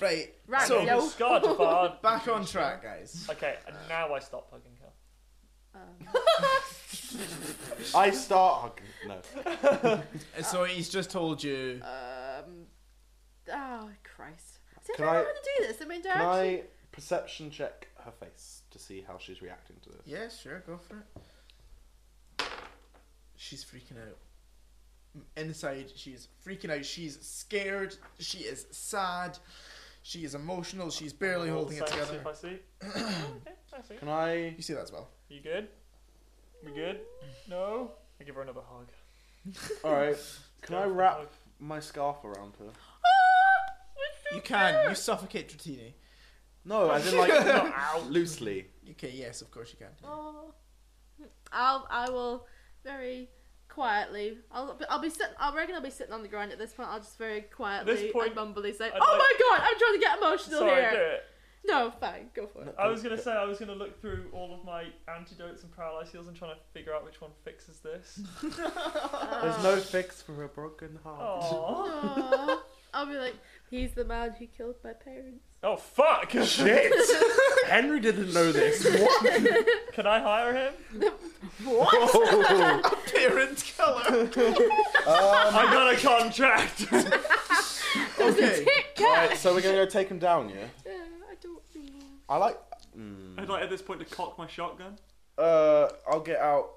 F: Right.
E: Right,
F: So
E: yo.
B: Scar Oh, Jafar.
F: back on track, guys.
B: Okay, and now I stop hugging her.
D: I start hugging. No,
F: So he's just told you.
E: Um. Oh Christ! See,
D: Can
E: I
D: I-
E: don't know how to do this. I mean, they're
D: can
E: actually.
D: I perception check her face to see how she's reacting to this?
F: Yeah, sure, go for it. She's freaking out. M- Inside, she is freaking out. She's scared. She is sad. She is emotional. She's barely
D: Oh,
B: Roll
F: holding it
B: science
F: together.
B: If I see. Oh, okay, I see.
D: Can I?
F: You see that as well.
B: You good? We good? No. I give her another hug.
D: All right. Can I
B: Another
D: wrap
B: hug.
D: my scarf around her?
E: Ah,
F: You can. You suffocate Dratini.
D: No, I didn't like no, loosely.
F: Okay, yes, of course you can.
E: Oh, I'll I will very quietly. I'll I'll be sitting. I reckon I'll be sitting on the ground at this point. I'll just very quietly
B: point,
E: and mumbly say,
B: I'd
E: "Oh
B: like-
E: my god, I'm trying to get emotional
B: Sorry, do
E: here."
B: it.
E: No, fine, go for it.
B: I was gonna say I was gonna look through all of my antidotes and paralysis heals and trying to figure out which one fixes this.
D: There's
E: Oh.
D: no fix for a broken heart.
B: Aww.
E: Aw. I'll be like, "He's the man who killed my parents."
B: Oh fuck!
D: Shit! Henry didn't know this. What?
B: Can I hire him?
D: Whoa.
F: Parent killer.
B: I got a contract.
F: okay.
D: right, so we're gonna go take him down, yeah.
E: Uh, I don't know.
D: I like.
E: Hmm.
B: I'd like at this point to cock my shotgun.
D: Uh, I'll get out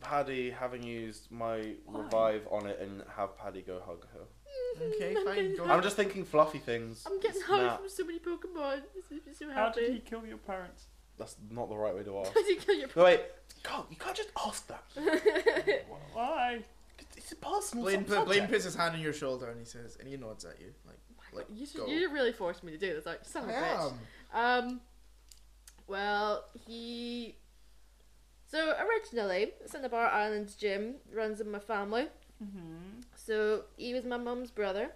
D: Paddy having used my revive on it and have Paddy go hug her.
F: Okay,
E: I'm
F: fine.
E: getting-
F: Go
D: I'm just thinking fluffy things.
E: I'm getting
D: It's
E: hugged
D: not-
E: from so many Pokemon. This is so
B: How
E: happy.
B: did he kill your parents?
D: That's not the right way to ask.
E: How did you kill your
D: No, wait. God, you can't just ask that.
B: Why?
D: It's a personal
F: Blaine,
D: sub-
F: put, Blaine
D: subject.
F: puts his hand on your shoulder and he says, and he nods at you. Like, like
E: Oh You, should,
F: go.
E: you really forced me to do this. Like, son of a
F: I
E: bitch.
F: am.
E: Um, well, he. So originally, Cinnabar Island Jim runs in my family.
B: Mm-hmm.
E: So he was my mum's brother,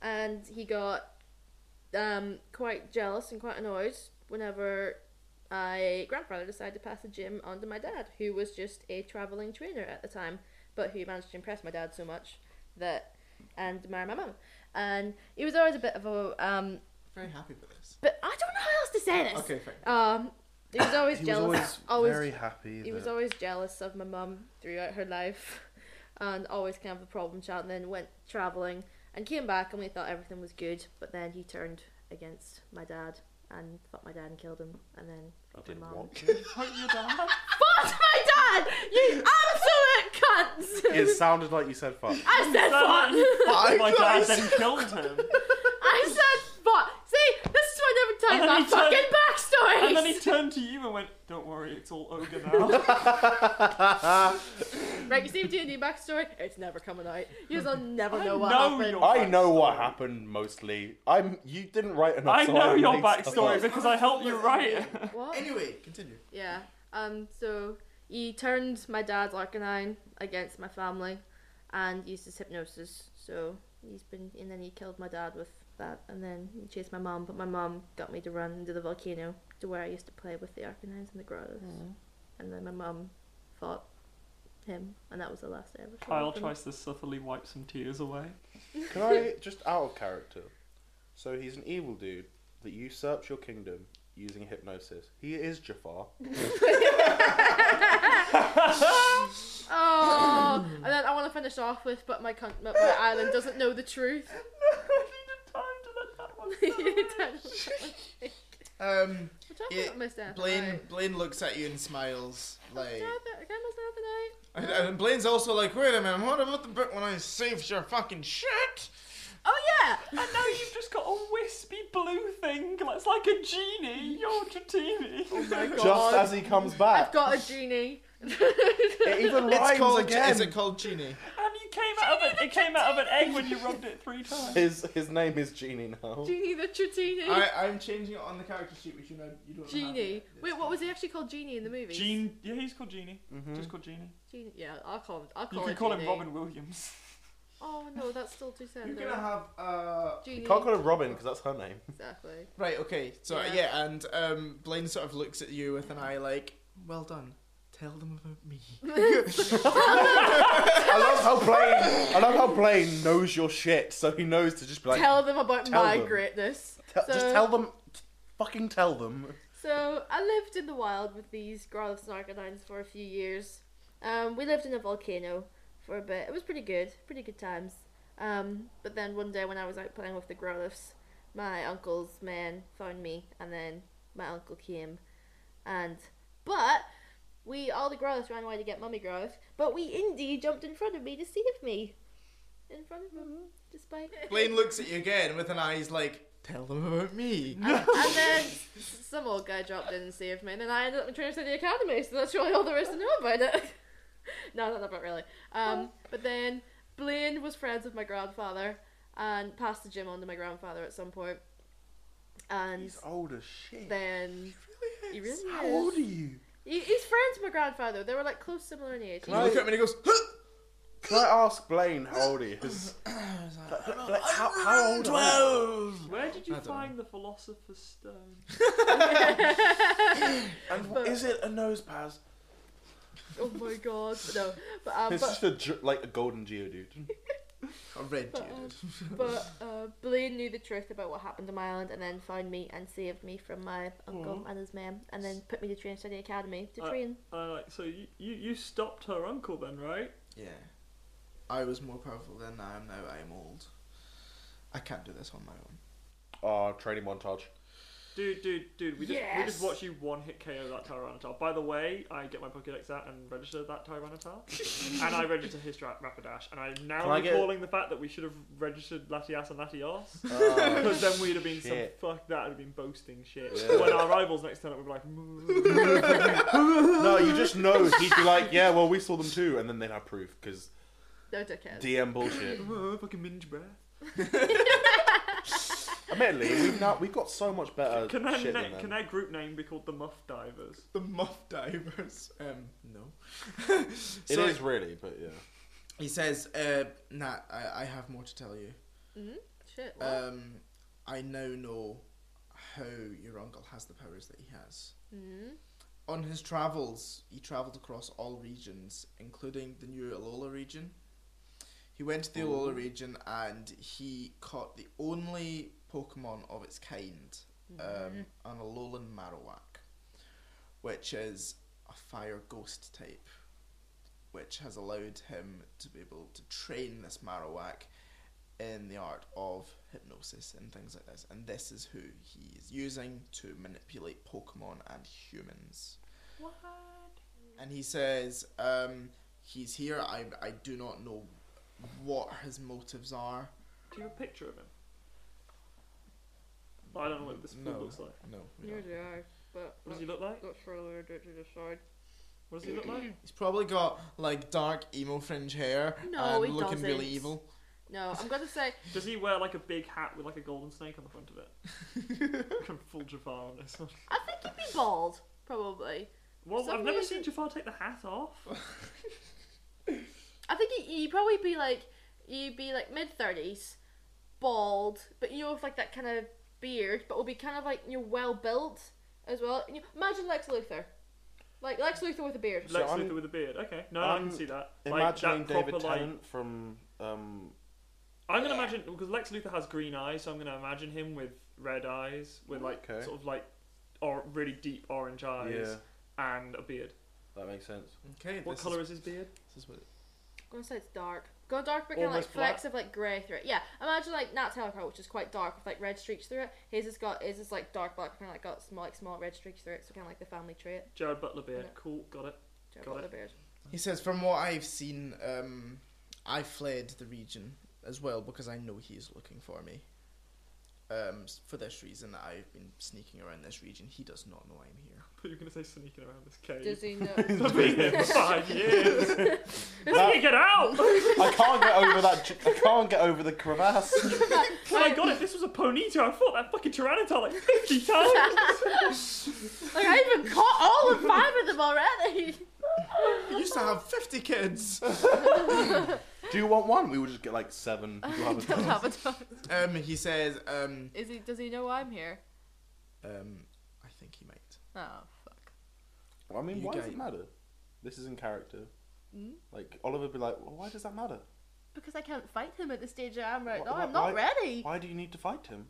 E: and he got um, quite jealous and quite annoyed whenever my grandfather decided to pass the gym on to my dad, who was just a traveling trainer at the time, but who managed to impress my dad so much that and marry my mum. And he was always a bit of a um,
F: Very happy with this.
E: but I don't know how else to say this.
F: Okay, fine.
E: Um, he was always
D: He was
E: jealous.
D: always,
E: always
D: very happy.
E: he was
D: that-
E: always jealous of my mum throughout her life and always kind of a problem child and then went travelling and came back and we thought everything was good but then he turned against my dad and fought my dad and killed him and then
D: I
E: my
D: didn't
E: mum.
D: want
E: Fought my dad! You absolute cunts!
D: It sounded like you said fuck.
E: I said fought!
B: Oh my dad then killed him,
E: I said fought! See, this is why I never
B: And
E: tell
B: then
E: you my
B: he turned-
E: fucking backstory!
B: and then he turned to you and went, "Don't worry, it's all ogre now."
E: Right, you see him doing the backstory? It's never coming out. You will never
B: I
E: know what
B: know
E: happened.
B: your-
D: I know what happened mostly. I'm. You didn't write enough.
B: I
D: so
B: know
D: I'm
B: your
D: making stuff
B: backstory
D: up.
B: because I helped you write it.
E: What?
F: Anyway, continue.
E: Yeah. Um. So he turned my dad's Arcanine against my family, and used his hypnosis. So he's been, and then he killed my dad with that, and then he chased my mom. But my mom got me to run into the volcano to where I used to play with the Arcanines and the grottos, and then my mom fought him, and that was the last I ever. saw
B: Kyle
E: of him.
B: tries to subtly wipe some tears away.
D: Can I just out of character? So he's an evil dude that usurps your kingdom using hypnosis. He is Jafar.
E: Oh, and then I want to finish off with, but my con- but my island doesn't know the truth.
F: Um,
E: Which I
F: Yeah,
E: haven't missed anything
F: Blaine,
E: out.
F: Blaine looks at you and smiles. Like,
E: Did I have- did I miss anything out?
F: and, and Blaine's also like, wait a minute, what about the bit when I saved your fucking shit?
E: Oh yeah,
B: And now you've just got a wispy blue thing that's like a genie. You're Dratini.
D: Just as he comes back,
E: I've got a genie.
D: it even
F: It's
D: rhymes
F: called.
D: again.
F: Is it called genie?
B: And you came out of it. It came out of an egg when you rubbed it three times.
D: his his name is Genie now.
E: genie the Tratini.
F: I, I'm changing it on the character sheet, which you know you don't. have
E: genie.
F: yet.
E: Wait, what was he actually called? Genie in the movie?
B: Gene, yeah, he's called Genie. Just called Genie.
E: Genie. Yeah, I'll call him. I'll
B: You
E: call
B: could
E: him.
B: call him
E: Genie.
B: Robin Williams.
E: Oh no, that's still too
F: You're
E: soon.
F: gonna have uh.
E: Genie.
D: You can't call her Robin because that's her name.
E: Exactly.
F: Right. Okay. So
E: Yeah.
F: yeah. and um, Blaine sort of looks at you with an eye like, well done. Tell them about me.
D: I love how Blaine. I love how Blaine knows your shit, so he knows to just be like,
E: tell them about
D: tell
E: my
D: them.
E: greatness.
D: "Tell-
E: so-
D: just tell them, fucking tell them.
E: So I lived in the wild with these Growliths and Arcanines for a few years. Um, we lived in a volcano for a bit. It was pretty good, pretty good times. Um, but then one day when I was out playing with the Growliths, my uncle's man found me, and then my uncle came, and but we all the Growliths ran away to get Mummy Growlith, but we Indy jumped in front of me to save me. In front of him, despite
F: Blaine looks at you again with an eye he's like, tell them about me.
E: and then s- some old guy dropped in and saved me, and then I ended up in Trinity City Academy, so that's really all there is to know about it. no, no, no, not really. Um, but then Blaine was friends with my grandfather and passed the gym on to my grandfather at some point. And
D: He's old as shit.
E: then he really is.
D: How old are you?
E: He- he's friends with my grandfather. They were like close, similar in age.
D: Can I,
F: Look at me and he goes, "Huh!"
D: can I ask Blaine how old he is? Like, like, how, how old are you?
B: Where did you
F: don't
B: find the Philosopher's Stone?
D: And what- is it a nose pass?
E: oh my god, no. But um,
D: It's
E: but,
D: just a ge- like a golden geodude.
F: A red
E: But,
F: dude.
E: um, but uh, Blaine knew the truth about what happened to my island and then found me and saved me from my uncle and his mum and then put me to train study academy to
B: Mm. Uh,
E: train.
B: Uh, like, so you, you you stopped her uncle then, right?
F: Yeah. I was more powerful than I am now. I am old. I can't do this on my own.
D: Oh, training montage.
B: Dude, dude, dude, we just we
E: Yes.
B: just watched you one hit KO that Tyranitar. By the way, I get my Pokédex out and register that Tyranitar, and I register his dra- Rapidash, and I'm now
D: Can I get-
B: recalling the fact that we should have registered Latias and Latios.
D: Oh,
B: Because then we'd have been
D: Shit.
B: some fuck that would have been boasting shit.
D: Yeah.
B: When our rivals next turn up, we'd be like, "Mm."
D: no, you just know he'd be like, yeah, well, we saw them too, and then they'd have proof because
E: No dickhead.
D: DM bullshit.
B: "Oh, fucking minge breath.
D: Admittedly, we've now we've got so much better
B: Can their,
D: shit
B: na-
D: than them.
B: can their group name be called the Muff Divers?
F: The muff divers. Um, no.
D: It is
F: so
D: really, but yeah.
F: He says, uh, Nat, I, I have more to tell you.
E: Mm-hmm. Shit. What?
B: uh,
F: Um, I now know how your uncle has the powers that he has.
E: mm
F: On his travels, he travelled across all regions, including the new Alola region. He went to the Alola region and he caught the only Pokemon of its kind, um, an Alolan Marowak, which is a fire ghost type, which has allowed him to be able to train this Marowak in the art of hypnosis and things like this. And this is who he is using to manipulate Pokemon and humans.
B: What?
F: And he says, um, he's here. I, I do not know what his motives are.
B: Do you have a picture of him? I don't know what this
F: No.
B: fool looks like.
F: No, we
E: Neither
F: don't.
E: do I. But
B: What does he look like?
E: not sure where to decide.
B: What does he look like?
F: he's probably got like dark emo fringe hair
E: No,
F: and
E: he
F: looking really
E: doesn't.
F: evil.
E: No, I'm gonna say
B: Does he wear like a big hat with like a golden snake on the front of it? I'm full Jafar on this one.
E: I think he'd be bald, probably.
B: Well,
E: Some
B: I've never
E: reason-
B: seen Jafar take the hat off.
E: I think he, he'd probably be like he'd be like mid thirties, bald, but you know with like that kind of beard, but would be kind of like you know, well built as well. You imagine Lex Luthor, like Lex Luthor with a beard.
D: So
B: Lex
D: I'm-
B: Luthor with a beard. Okay, no, I
D: I'm
B: can see that. Like,
D: Imagining
B: that
D: David
B: proper, like,
D: Tennant from um,
B: I'm gonna imagine because Lex Luthor has green eyes, so I'm gonna imagine him with red eyes, with like
D: Okay.
B: sort of like or really deep orange eyes and a beard.
D: that makes sense.
F: Okay,
B: What
F: this
B: color is his beard?
F: is, this is what
E: I'm gonna say it's dark. Go dark, but kind of like
D: Almost black?
E: flecks of like grey through it. Yeah, imagine like Nat Telecom, which is quite dark with like red streaks through it. His has got his is like dark black, kind of like got small like small red streaks through it. So kind of like the family trait.
B: Jared Butler beard.
E: Yeah.
B: Cool, got it.
E: Joe
B: Got
E: Butler
B: it.
E: beard.
F: He says, from what I've seen, um, I fled the region as well because I know he is looking for me. Um, s- for this reason, I've been sneaking around this region. He does not know I'm here.
B: You're gonna say sneaking around this cave.
E: Does he know?
B: I've been here for five years.
D: That-
B: Get out!
D: I can't get over that. j- I can't get over the crevasse.
B: Oh my god, if this was a Ponyta, I fought that fucking Tyranitar like 50 times!
E: like I even caught all of five of them already.
F: I used to have 50 kids!
D: Do you want one? We will just get like seven. We'll have a
E: Don't
D: dozen.
E: have a dog.
F: um, he says, um,
E: Is he? Does he know I'm here?
F: um, I think he might.
E: Oh fuck.
D: I mean,
F: You
D: why does
F: go.
D: it matter? This is in character.
E: Mm.
D: Like Oliver would be like, well, why does that matter?
E: Because I can't fight him at the stage I am right
D: Wh-
E: now.
D: wh-
E: I'm not
D: why-
E: ready
D: Why do you need to fight him?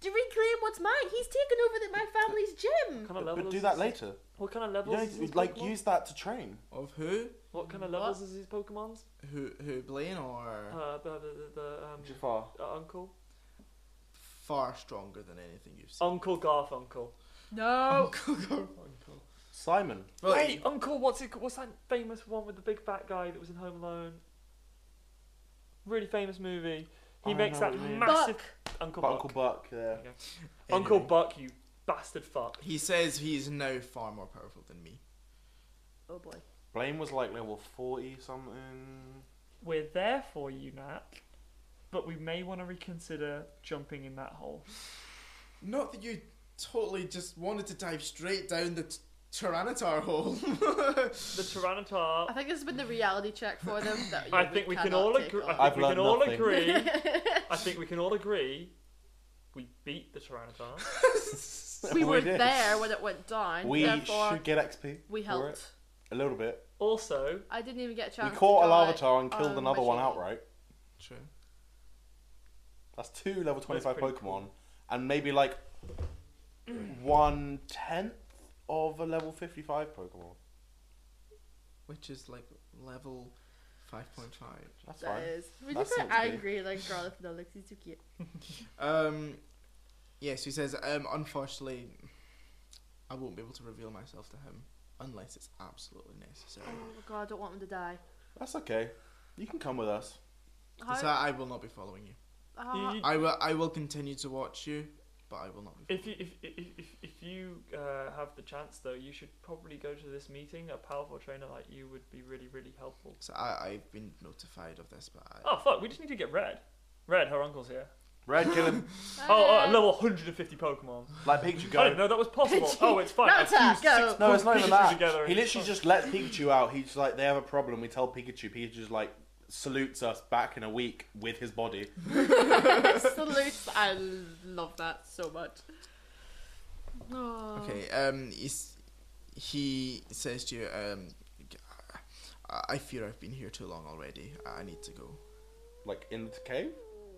E: to reclaim what's mine. He's taken over the, my family's gym.
B: kind
D: But do that later.
B: What kind of
D: You
B: levels?
D: don't-
B: is his
D: like
B: Pokemon?
D: use that to train.
F: Of who?
B: What kind of levels is his Pokemon's?
F: Who, who Blaine or
B: Uh, the the, the um,
D: Jafar.
B: uh, uncle,
F: far stronger than anything you've seen?
B: Uncle Garfunkel.
E: No.
F: Uncle Garfunkel.
D: Simon.
F: Well,
B: Wait, Uncle, what's it? What's that famous one with the big fat guy that was in Home Alone? Really famous movie. He
D: I
B: makes
D: know
B: that
D: what you mean.
B: massive Uncle Buck.
D: Uncle Buck. Yeah.
B: Uncle
F: anyway,
B: Buck, you bastard fuck.
F: He says he is now far more powerful than me.
E: Oh boy.
D: Blaine was like level forty something.
B: We're there for you, Nat, but we may want to reconsider jumping in that hole.
F: Not that you totally just wanted to dive straight down the t- Tyranitar hole.
B: The Tyranitar.
A: I think this has been the reality check for them. That, yeah,
B: I think we can
A: cannot
B: all
A: take
B: agree.
A: on.
B: I
D: I've
B: think we can
D: learned
B: all
D: nothing.
B: agree. I think we can all agree. We beat the Tyranitar.
A: we
D: We
A: were
D: did.
A: there when it went down.
D: We
A: therefore,
D: should get XP.
A: we
D: for it.
A: helped.
D: a little bit.
B: Also,
A: I didn't even get a
D: We
A: chance.
D: caught
A: to
D: a
A: die
D: lavatar and killed
A: on
D: another one
A: Machine.
D: outright.
F: True.
D: That's two level twenty five
B: pretty
D: Pokemon,
B: cool.
D: and maybe like
A: Mm.
D: one tenth of a level fifty five Pokemon.
F: Which is like level 5.5.
D: That's
E: That
D: fine.
E: is. We
D: That
E: just got
D: seems to be-
E: angry like Garlic and Alex. He's too cute.
F: Um, yeah, so he says, um, unfortunately, I won't be able to reveal myself to him unless it's absolutely necessary.
A: Oh my god, I don't want him to die.
D: That's okay. You can come with us.
A: How,
F: So I will not be following you.
A: how-
B: you-
F: I will, I will continue to watch you, but I will not be
B: if you if if if, if you uh, have the chance though, you should probably go to this meeting. A powerful trainer like you would be really really helpful.
F: So I, I've been notified of this, but I,
B: Oh fuck, we just need to get Red. Red, her uncle's here.
D: Red, kill him.
B: Oh, uh, level 150 Pokemon.
D: like
B: I
D: Pikachu, go.
B: didn't know that was possible. oh, it's fine. I
A: Naruto,
B: fused
A: go.
B: six
D: No, it's not even
B: Pikachu
D: that.
B: together
D: He
B: and-
D: literally just lets Pikachu out. He's like, they have a problem. We tell Pikachu. Pikachu's like, salutes us back in a week with his body.
A: Salutes. I love that so much. Oh.
F: okay. Um, he's, he says to you, um, g- I I fear I've been here too long already. I I need to go
D: Like in the cave.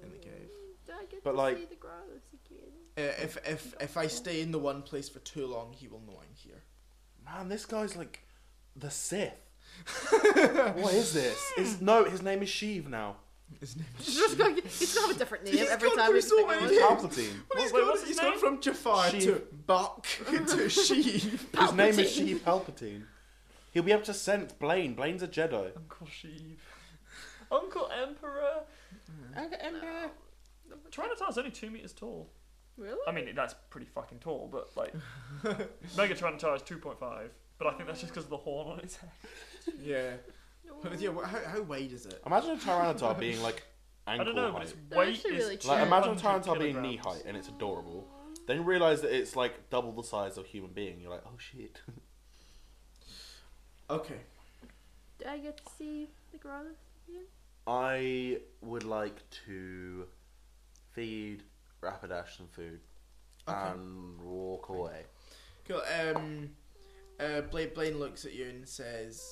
F: in the cave.
A: Do I get
D: But,
A: to
D: like-
A: see the Growlithe again?
F: Uh, if if if I stay in the one place for too long, he will know I'm here.
D: Man, this guy's like the Sith. what is this? It's, no, his name is Sheev now.
F: His name.
A: He's just going. He's gonna have a different name
F: He's
A: every
F: gone
A: time.
F: through
A: we
F: so
A: pick
F: many
A: one.
F: names.
D: Palpatine.
F: Well, he's
B: Wait,
F: gone,
B: what's his
F: he's gone
B: name?
F: from Jafar to
D: Sheev.
F: Buck to Sheev.
D: His name is
A: Palpatine.
D: Sheev Palpatine. He'll be able to sense Blaine. Blaine's a Jedi.
B: Uncle Sheep. Uncle Emperor.
A: No.
B: Tyranitar's only two meters tall.
A: Really?
B: I mean, that's pretty fucking tall, but like, Mega Tyranitar is 2.5. But I think that's just because of the horn on its head.
F: Yeah.
A: No.
F: But yeah, wh- how, how wide is it?
D: Imagine a Tyranitar being like ankle
B: I don't know,
D: height.
B: but its
A: They're
B: weight
A: actually really
B: is
A: cute.
D: Like imagine a
B: 200
D: Tyranitar being knee
B: kilograms.
D: height and it's adorable. Then realize that it's like double the size of a human being. You're like, oh shit.
F: Okay.
A: Do I get to see the Growlithe?
D: I would like to feed Rapidash some food
F: Okay.
D: and walk away.
F: Cool. Um, uh, Blaine, Blaine looks at you and says,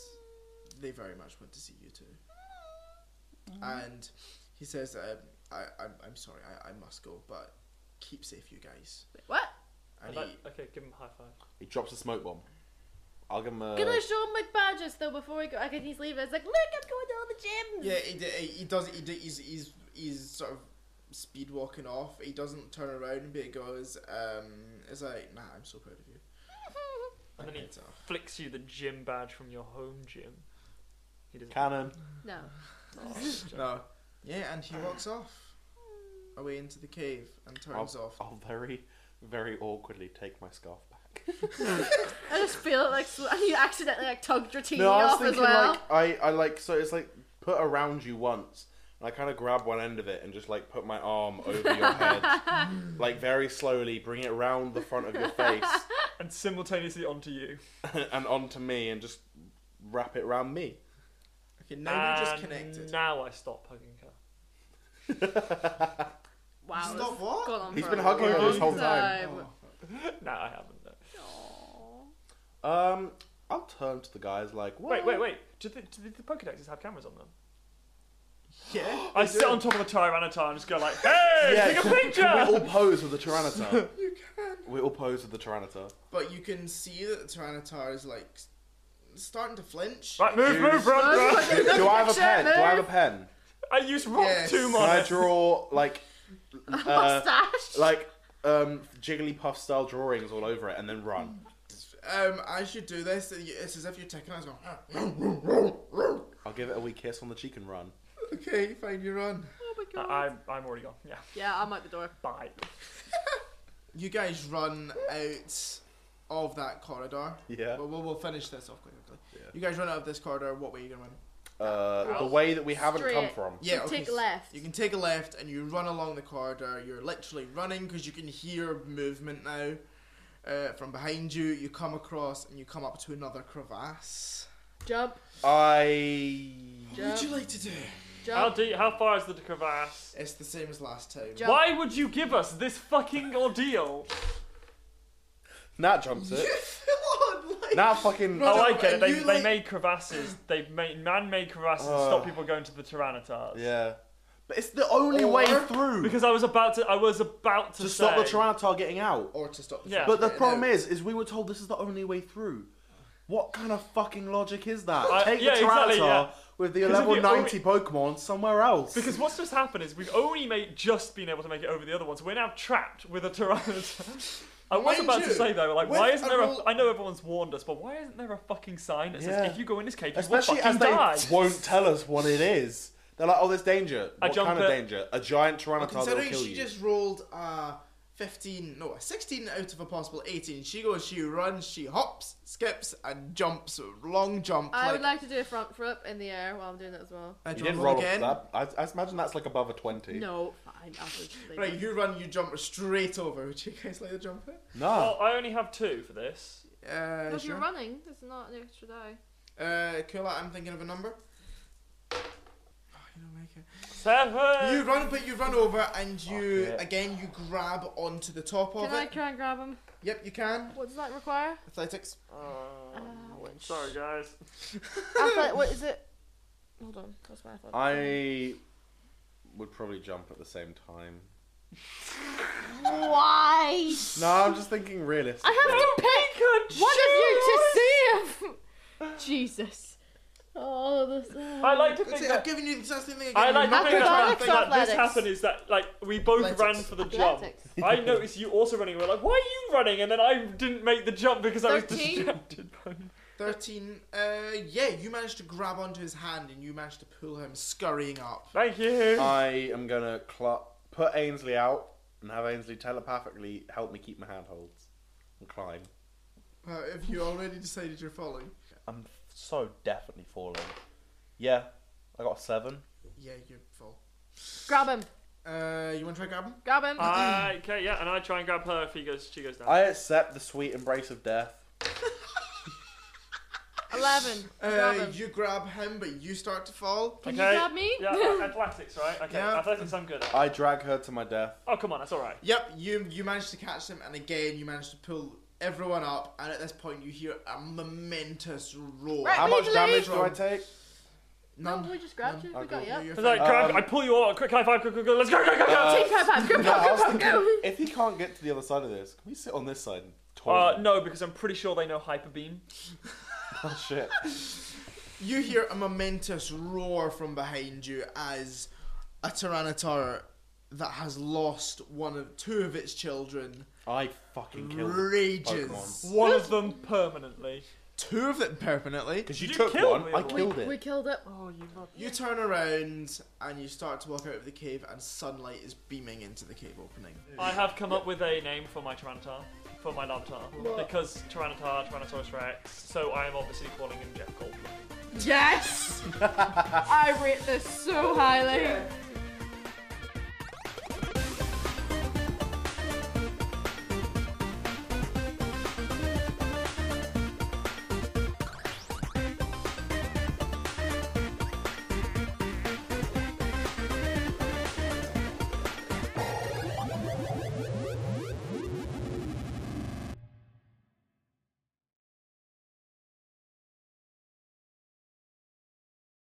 F: "They very much want to see you too." And he says, um, I, I'm, "I'm sorry, I, I must go, but keep safe, you guys."
A: Wait, what?
F: And
B: I'd like- okay, give him a high five.
D: He drops a smoke bomb. I'll give him a.
E: Can I show him my badges though before we go? I can he's leaving. It's like, look, I'm going to all the gyms.
F: he, yeah, he, d- he does. He d- he's, he's he's sort of speed walking off. He doesn't turn around, but he goes, um, "It's like, nah, I'm so proud of you."
B: And then he
F: heads off.
B: flicks you the gym badge from your home gym. He doesn't. Oh,
D: Cannon.
A: No.
F: No. Yeah, and he walks off away into the cave and turns off.
D: I'll very, very awkwardly take my scarf back.
A: I just feel it like sl- you accidentally like tugged your teeny
D: No, I was
A: off as
D: thinking
A: well.
D: like I, I like so it's like put around you once, and I kind of grab one end of it and just like put my arm over your head, like very slowly, bring it around the front of your face
B: And simultaneously onto you.
D: and onto me, and just wrap it around me.
F: Okay, now you're just
B: And
F: connected.
B: Now I stop hugging her.
A: wow.
F: Stop
A: that's
F: what?
A: gone on
D: He's
A: for
D: been
A: a
D: hugging her this
A: long
D: whole time.
B: No, I haven't. No.
F: Oh.
A: Aw.
D: Um, I'll turn to the guys like,
B: Wait,
D: "What?"
B: wait, wait. Do the, do the, the Pokedexes have cameras on them?
F: Yeah.
B: I
F: they
B: sit
F: do.
B: on top of the Tyranitar and just go like, hey,
D: Yeah,
B: take a
D: can-
B: picture!
D: We all pose with the Tyranitar. you can. We all pose with the Tyranitar.
F: But you can see that the Tyranitar is like s- starting to flinch.
B: Right, move,
D: Dude.
B: move, run, run.
E: Oh,
D: Do I have a pen? Do I have a pen?
B: I use rock
F: Yes.
B: tomb
D: Can
B: on
D: I
B: it.
D: draw like uh,
A: Mustache.
D: like um Jigglypuff style drawings all over it and then run.
F: Um, as you do this, it- it's as if you're ticking. I was going.
D: I'll give it a wee kiss on the cheek and run.
F: "Ah." Okay, fine, you run.
A: oh my
B: I,
A: god.
B: Uh, I'm- I'm already gone. Yeah,
A: yeah, I'm out the door.
B: bye.
F: You guys run out of that corridor.
D: Yeah.
F: But we'll, we'll finish this off quickly.
D: Yeah.
F: You guys run out of this corridor. What way are you gonna run?
D: Uh, the way that we haven't come
E: Straight.
D: from.
F: Yeah,
E: You
F: okay,
E: take
F: s-
E: left.
F: You can take a left and you run along the corridor. You're literally running because you can hear movement now uh, from behind you. You come across and you come up to another crevasse.
E: Jump,
D: I.
F: What would
E: Jump.
F: you like to do?
B: How
E: jump.
B: deep? How far is the crevasse?
F: It's the same as last time.
E: Jump.
B: Why would you give us this fucking ordeal?
D: Nat jumps it.
F: Come on, like-
D: Nat fucking.
B: I
F: No,
B: like
F: and
B: it. They,
F: you,
B: they
F: like-
B: made crevasses. They made man-made crevasses to
D: Uh.
B: stop people going to the Tyrannotars.
D: Yeah. But it's the only way
F: Or-
D: through
B: Because I was about to. I was about to,
D: to stop the
B: say-
D: Tyranitar getting out.
F: Or to stop the
B: Yeah.
D: But the
F: Yeah,
D: problem
F: no.
D: is, is we were told this is the only way through. What kind of fucking logic is that?
B: I-
D: Take
B: yeah,
D: the Tyranitar
B: exactly, yeah.
D: with the
B: Because if
D: level
B: we
D: 90 Pokemon somewhere else.
B: Because what's just happened is we've only made just been able to make it over the other ones. We're now trapped with a Tyranitar. I was
F: Mind
B: about to
F: you,
B: say though, like,
F: with
B: why isn't
F: a
B: there a? I
F: rule-
B: know everyone's warned us, but why isn't there a fucking sign that says
D: Yeah.
B: if you go in this cave, you
D: Especially
B: will
D: as
B: fucking
D: they
B: die?
D: won't tell us what it is. They're like, oh, there's danger.
B: I
D: What
B: jump
D: kind of
B: it.
D: danger? A giant
F: Well,
D: Tyranitar that will
F: considering
D: kill
F: she
D: you.
F: just rolled a 15, no, a 16 out of a possible 18, she goes, she runs, she hops, skips, and jumps, long jump.
E: I would like to do a front flip in the air while I'm doing it as well.
F: I
D: You didn't roll up that. I, I imagine that's like above a 20.
E: No, fine, obviously.
F: Right, you run, you jump straight over. Would you guys like to jump it?
D: No.
B: Well, I only have two for this.
F: Uh,
E: Well, if
F: sure.
E: you're running, it's not an extra die.
F: Uh, Kula, I'm thinking of a number. Oh, you don't make it.
B: Seven.
F: You run, but you run over, and you
D: Fuck it.
F: again you grab onto the top of
E: Can I
F: it.
E: try and grab him?
F: Yep, you can.
E: What does that require?
F: Athletics.
B: Ah,
E: Uh,
B: Sorry, guys.
E: Athlete, what is it? Hold on, what's my athletics?
D: I would probably jump at the same time.
E: Why?
D: No, I'm just thinking realistic.
E: I have to pick one of you to save. Jesus. Oh, this.
B: I like to
F: That's
B: think
F: it, I've
B: that.
F: given you the exact same thing again.
B: I like to think that,
E: Acrobatics or
B: that this
E: athletics?
B: happened is that like we both ran
F: Athletics.
B: for the jump.
E: Athletics.
B: I noticed you also running. We're like, why are you running? And then I didn't make the jump because I was
E: 13.
B: distracted. By...
F: 13. Uh, yeah, you managed to grab onto his hand and you managed to pull him scurrying up.
B: Thank you.
D: I am gonna cl- put Ainsley out and have Ainsley telepathically help me keep my handholds and climb.
F: Uh, if you already decided you're falling.
D: I'm so definitely falling. Yeah, I got a seven.
F: Yeah, you fall.
E: Grab him.
F: Uh, you want to try grab him?
E: Grab him.
B: I, okay, yeah, and I try and grab her if he goes. She goes down.
D: I accept the sweet embrace of death.
E: 11. grab
F: Uh,
E: him.
F: you grab him, but you start to fall.
E: Can you
B: okay.
E: grab me?
B: yeah, a- athletics, right? Okay,
F: Yeah.
B: athletics. I'm good at.
D: I drag her to my death.
B: Oh, come on, that's all right.
F: Yep, you you manage to catch them, and again you manage to pull everyone up. And at this point, you hear a momentous roar.
E: Right.
D: How much
E: Immediately!
D: damage do I take?
E: no,
F: None.
E: we just grabbed you. We got
D: Okay.
E: you.
F: You're
B: It's like,
F: fine.
B: grab,
D: Um,
B: I pull you out. Quick high five. Quick, quick, quick. Let's go, go, go, go.
D: Uh,
E: Team high five. Go,
D: no,
E: go,
D: I was
E: go, go,
D: thinking,
E: go.
D: if he can't get to the other side of this, can we sit on this side? and
B: Uh,
D: talk?
B: no, because I'm pretty sure they know hyper beam.
D: Oh shit.
F: You hear a momentous roar from behind you as a Tyranitar that has lost one of two of its children
D: I fucking killed.
F: rages.
D: Pokemon.
B: One of them permanently.
F: Two of them permanently.
D: Because you,
B: Did you
D: took
B: kill
D: one,
B: the
D: I
B: other one?
D: killed
E: we,
D: it.
E: we killed it.
B: Oh, you love.
F: You turn around and you start to walk out of the cave, and sunlight is beaming into the cave opening.
B: I have come up with a name for my Tyranitar, for my Larvitar, because Tyranitar, Tyrannosaurus Rex. So I am obviously calling him Jeff Goldblum.
E: Yes! I rate this so highly.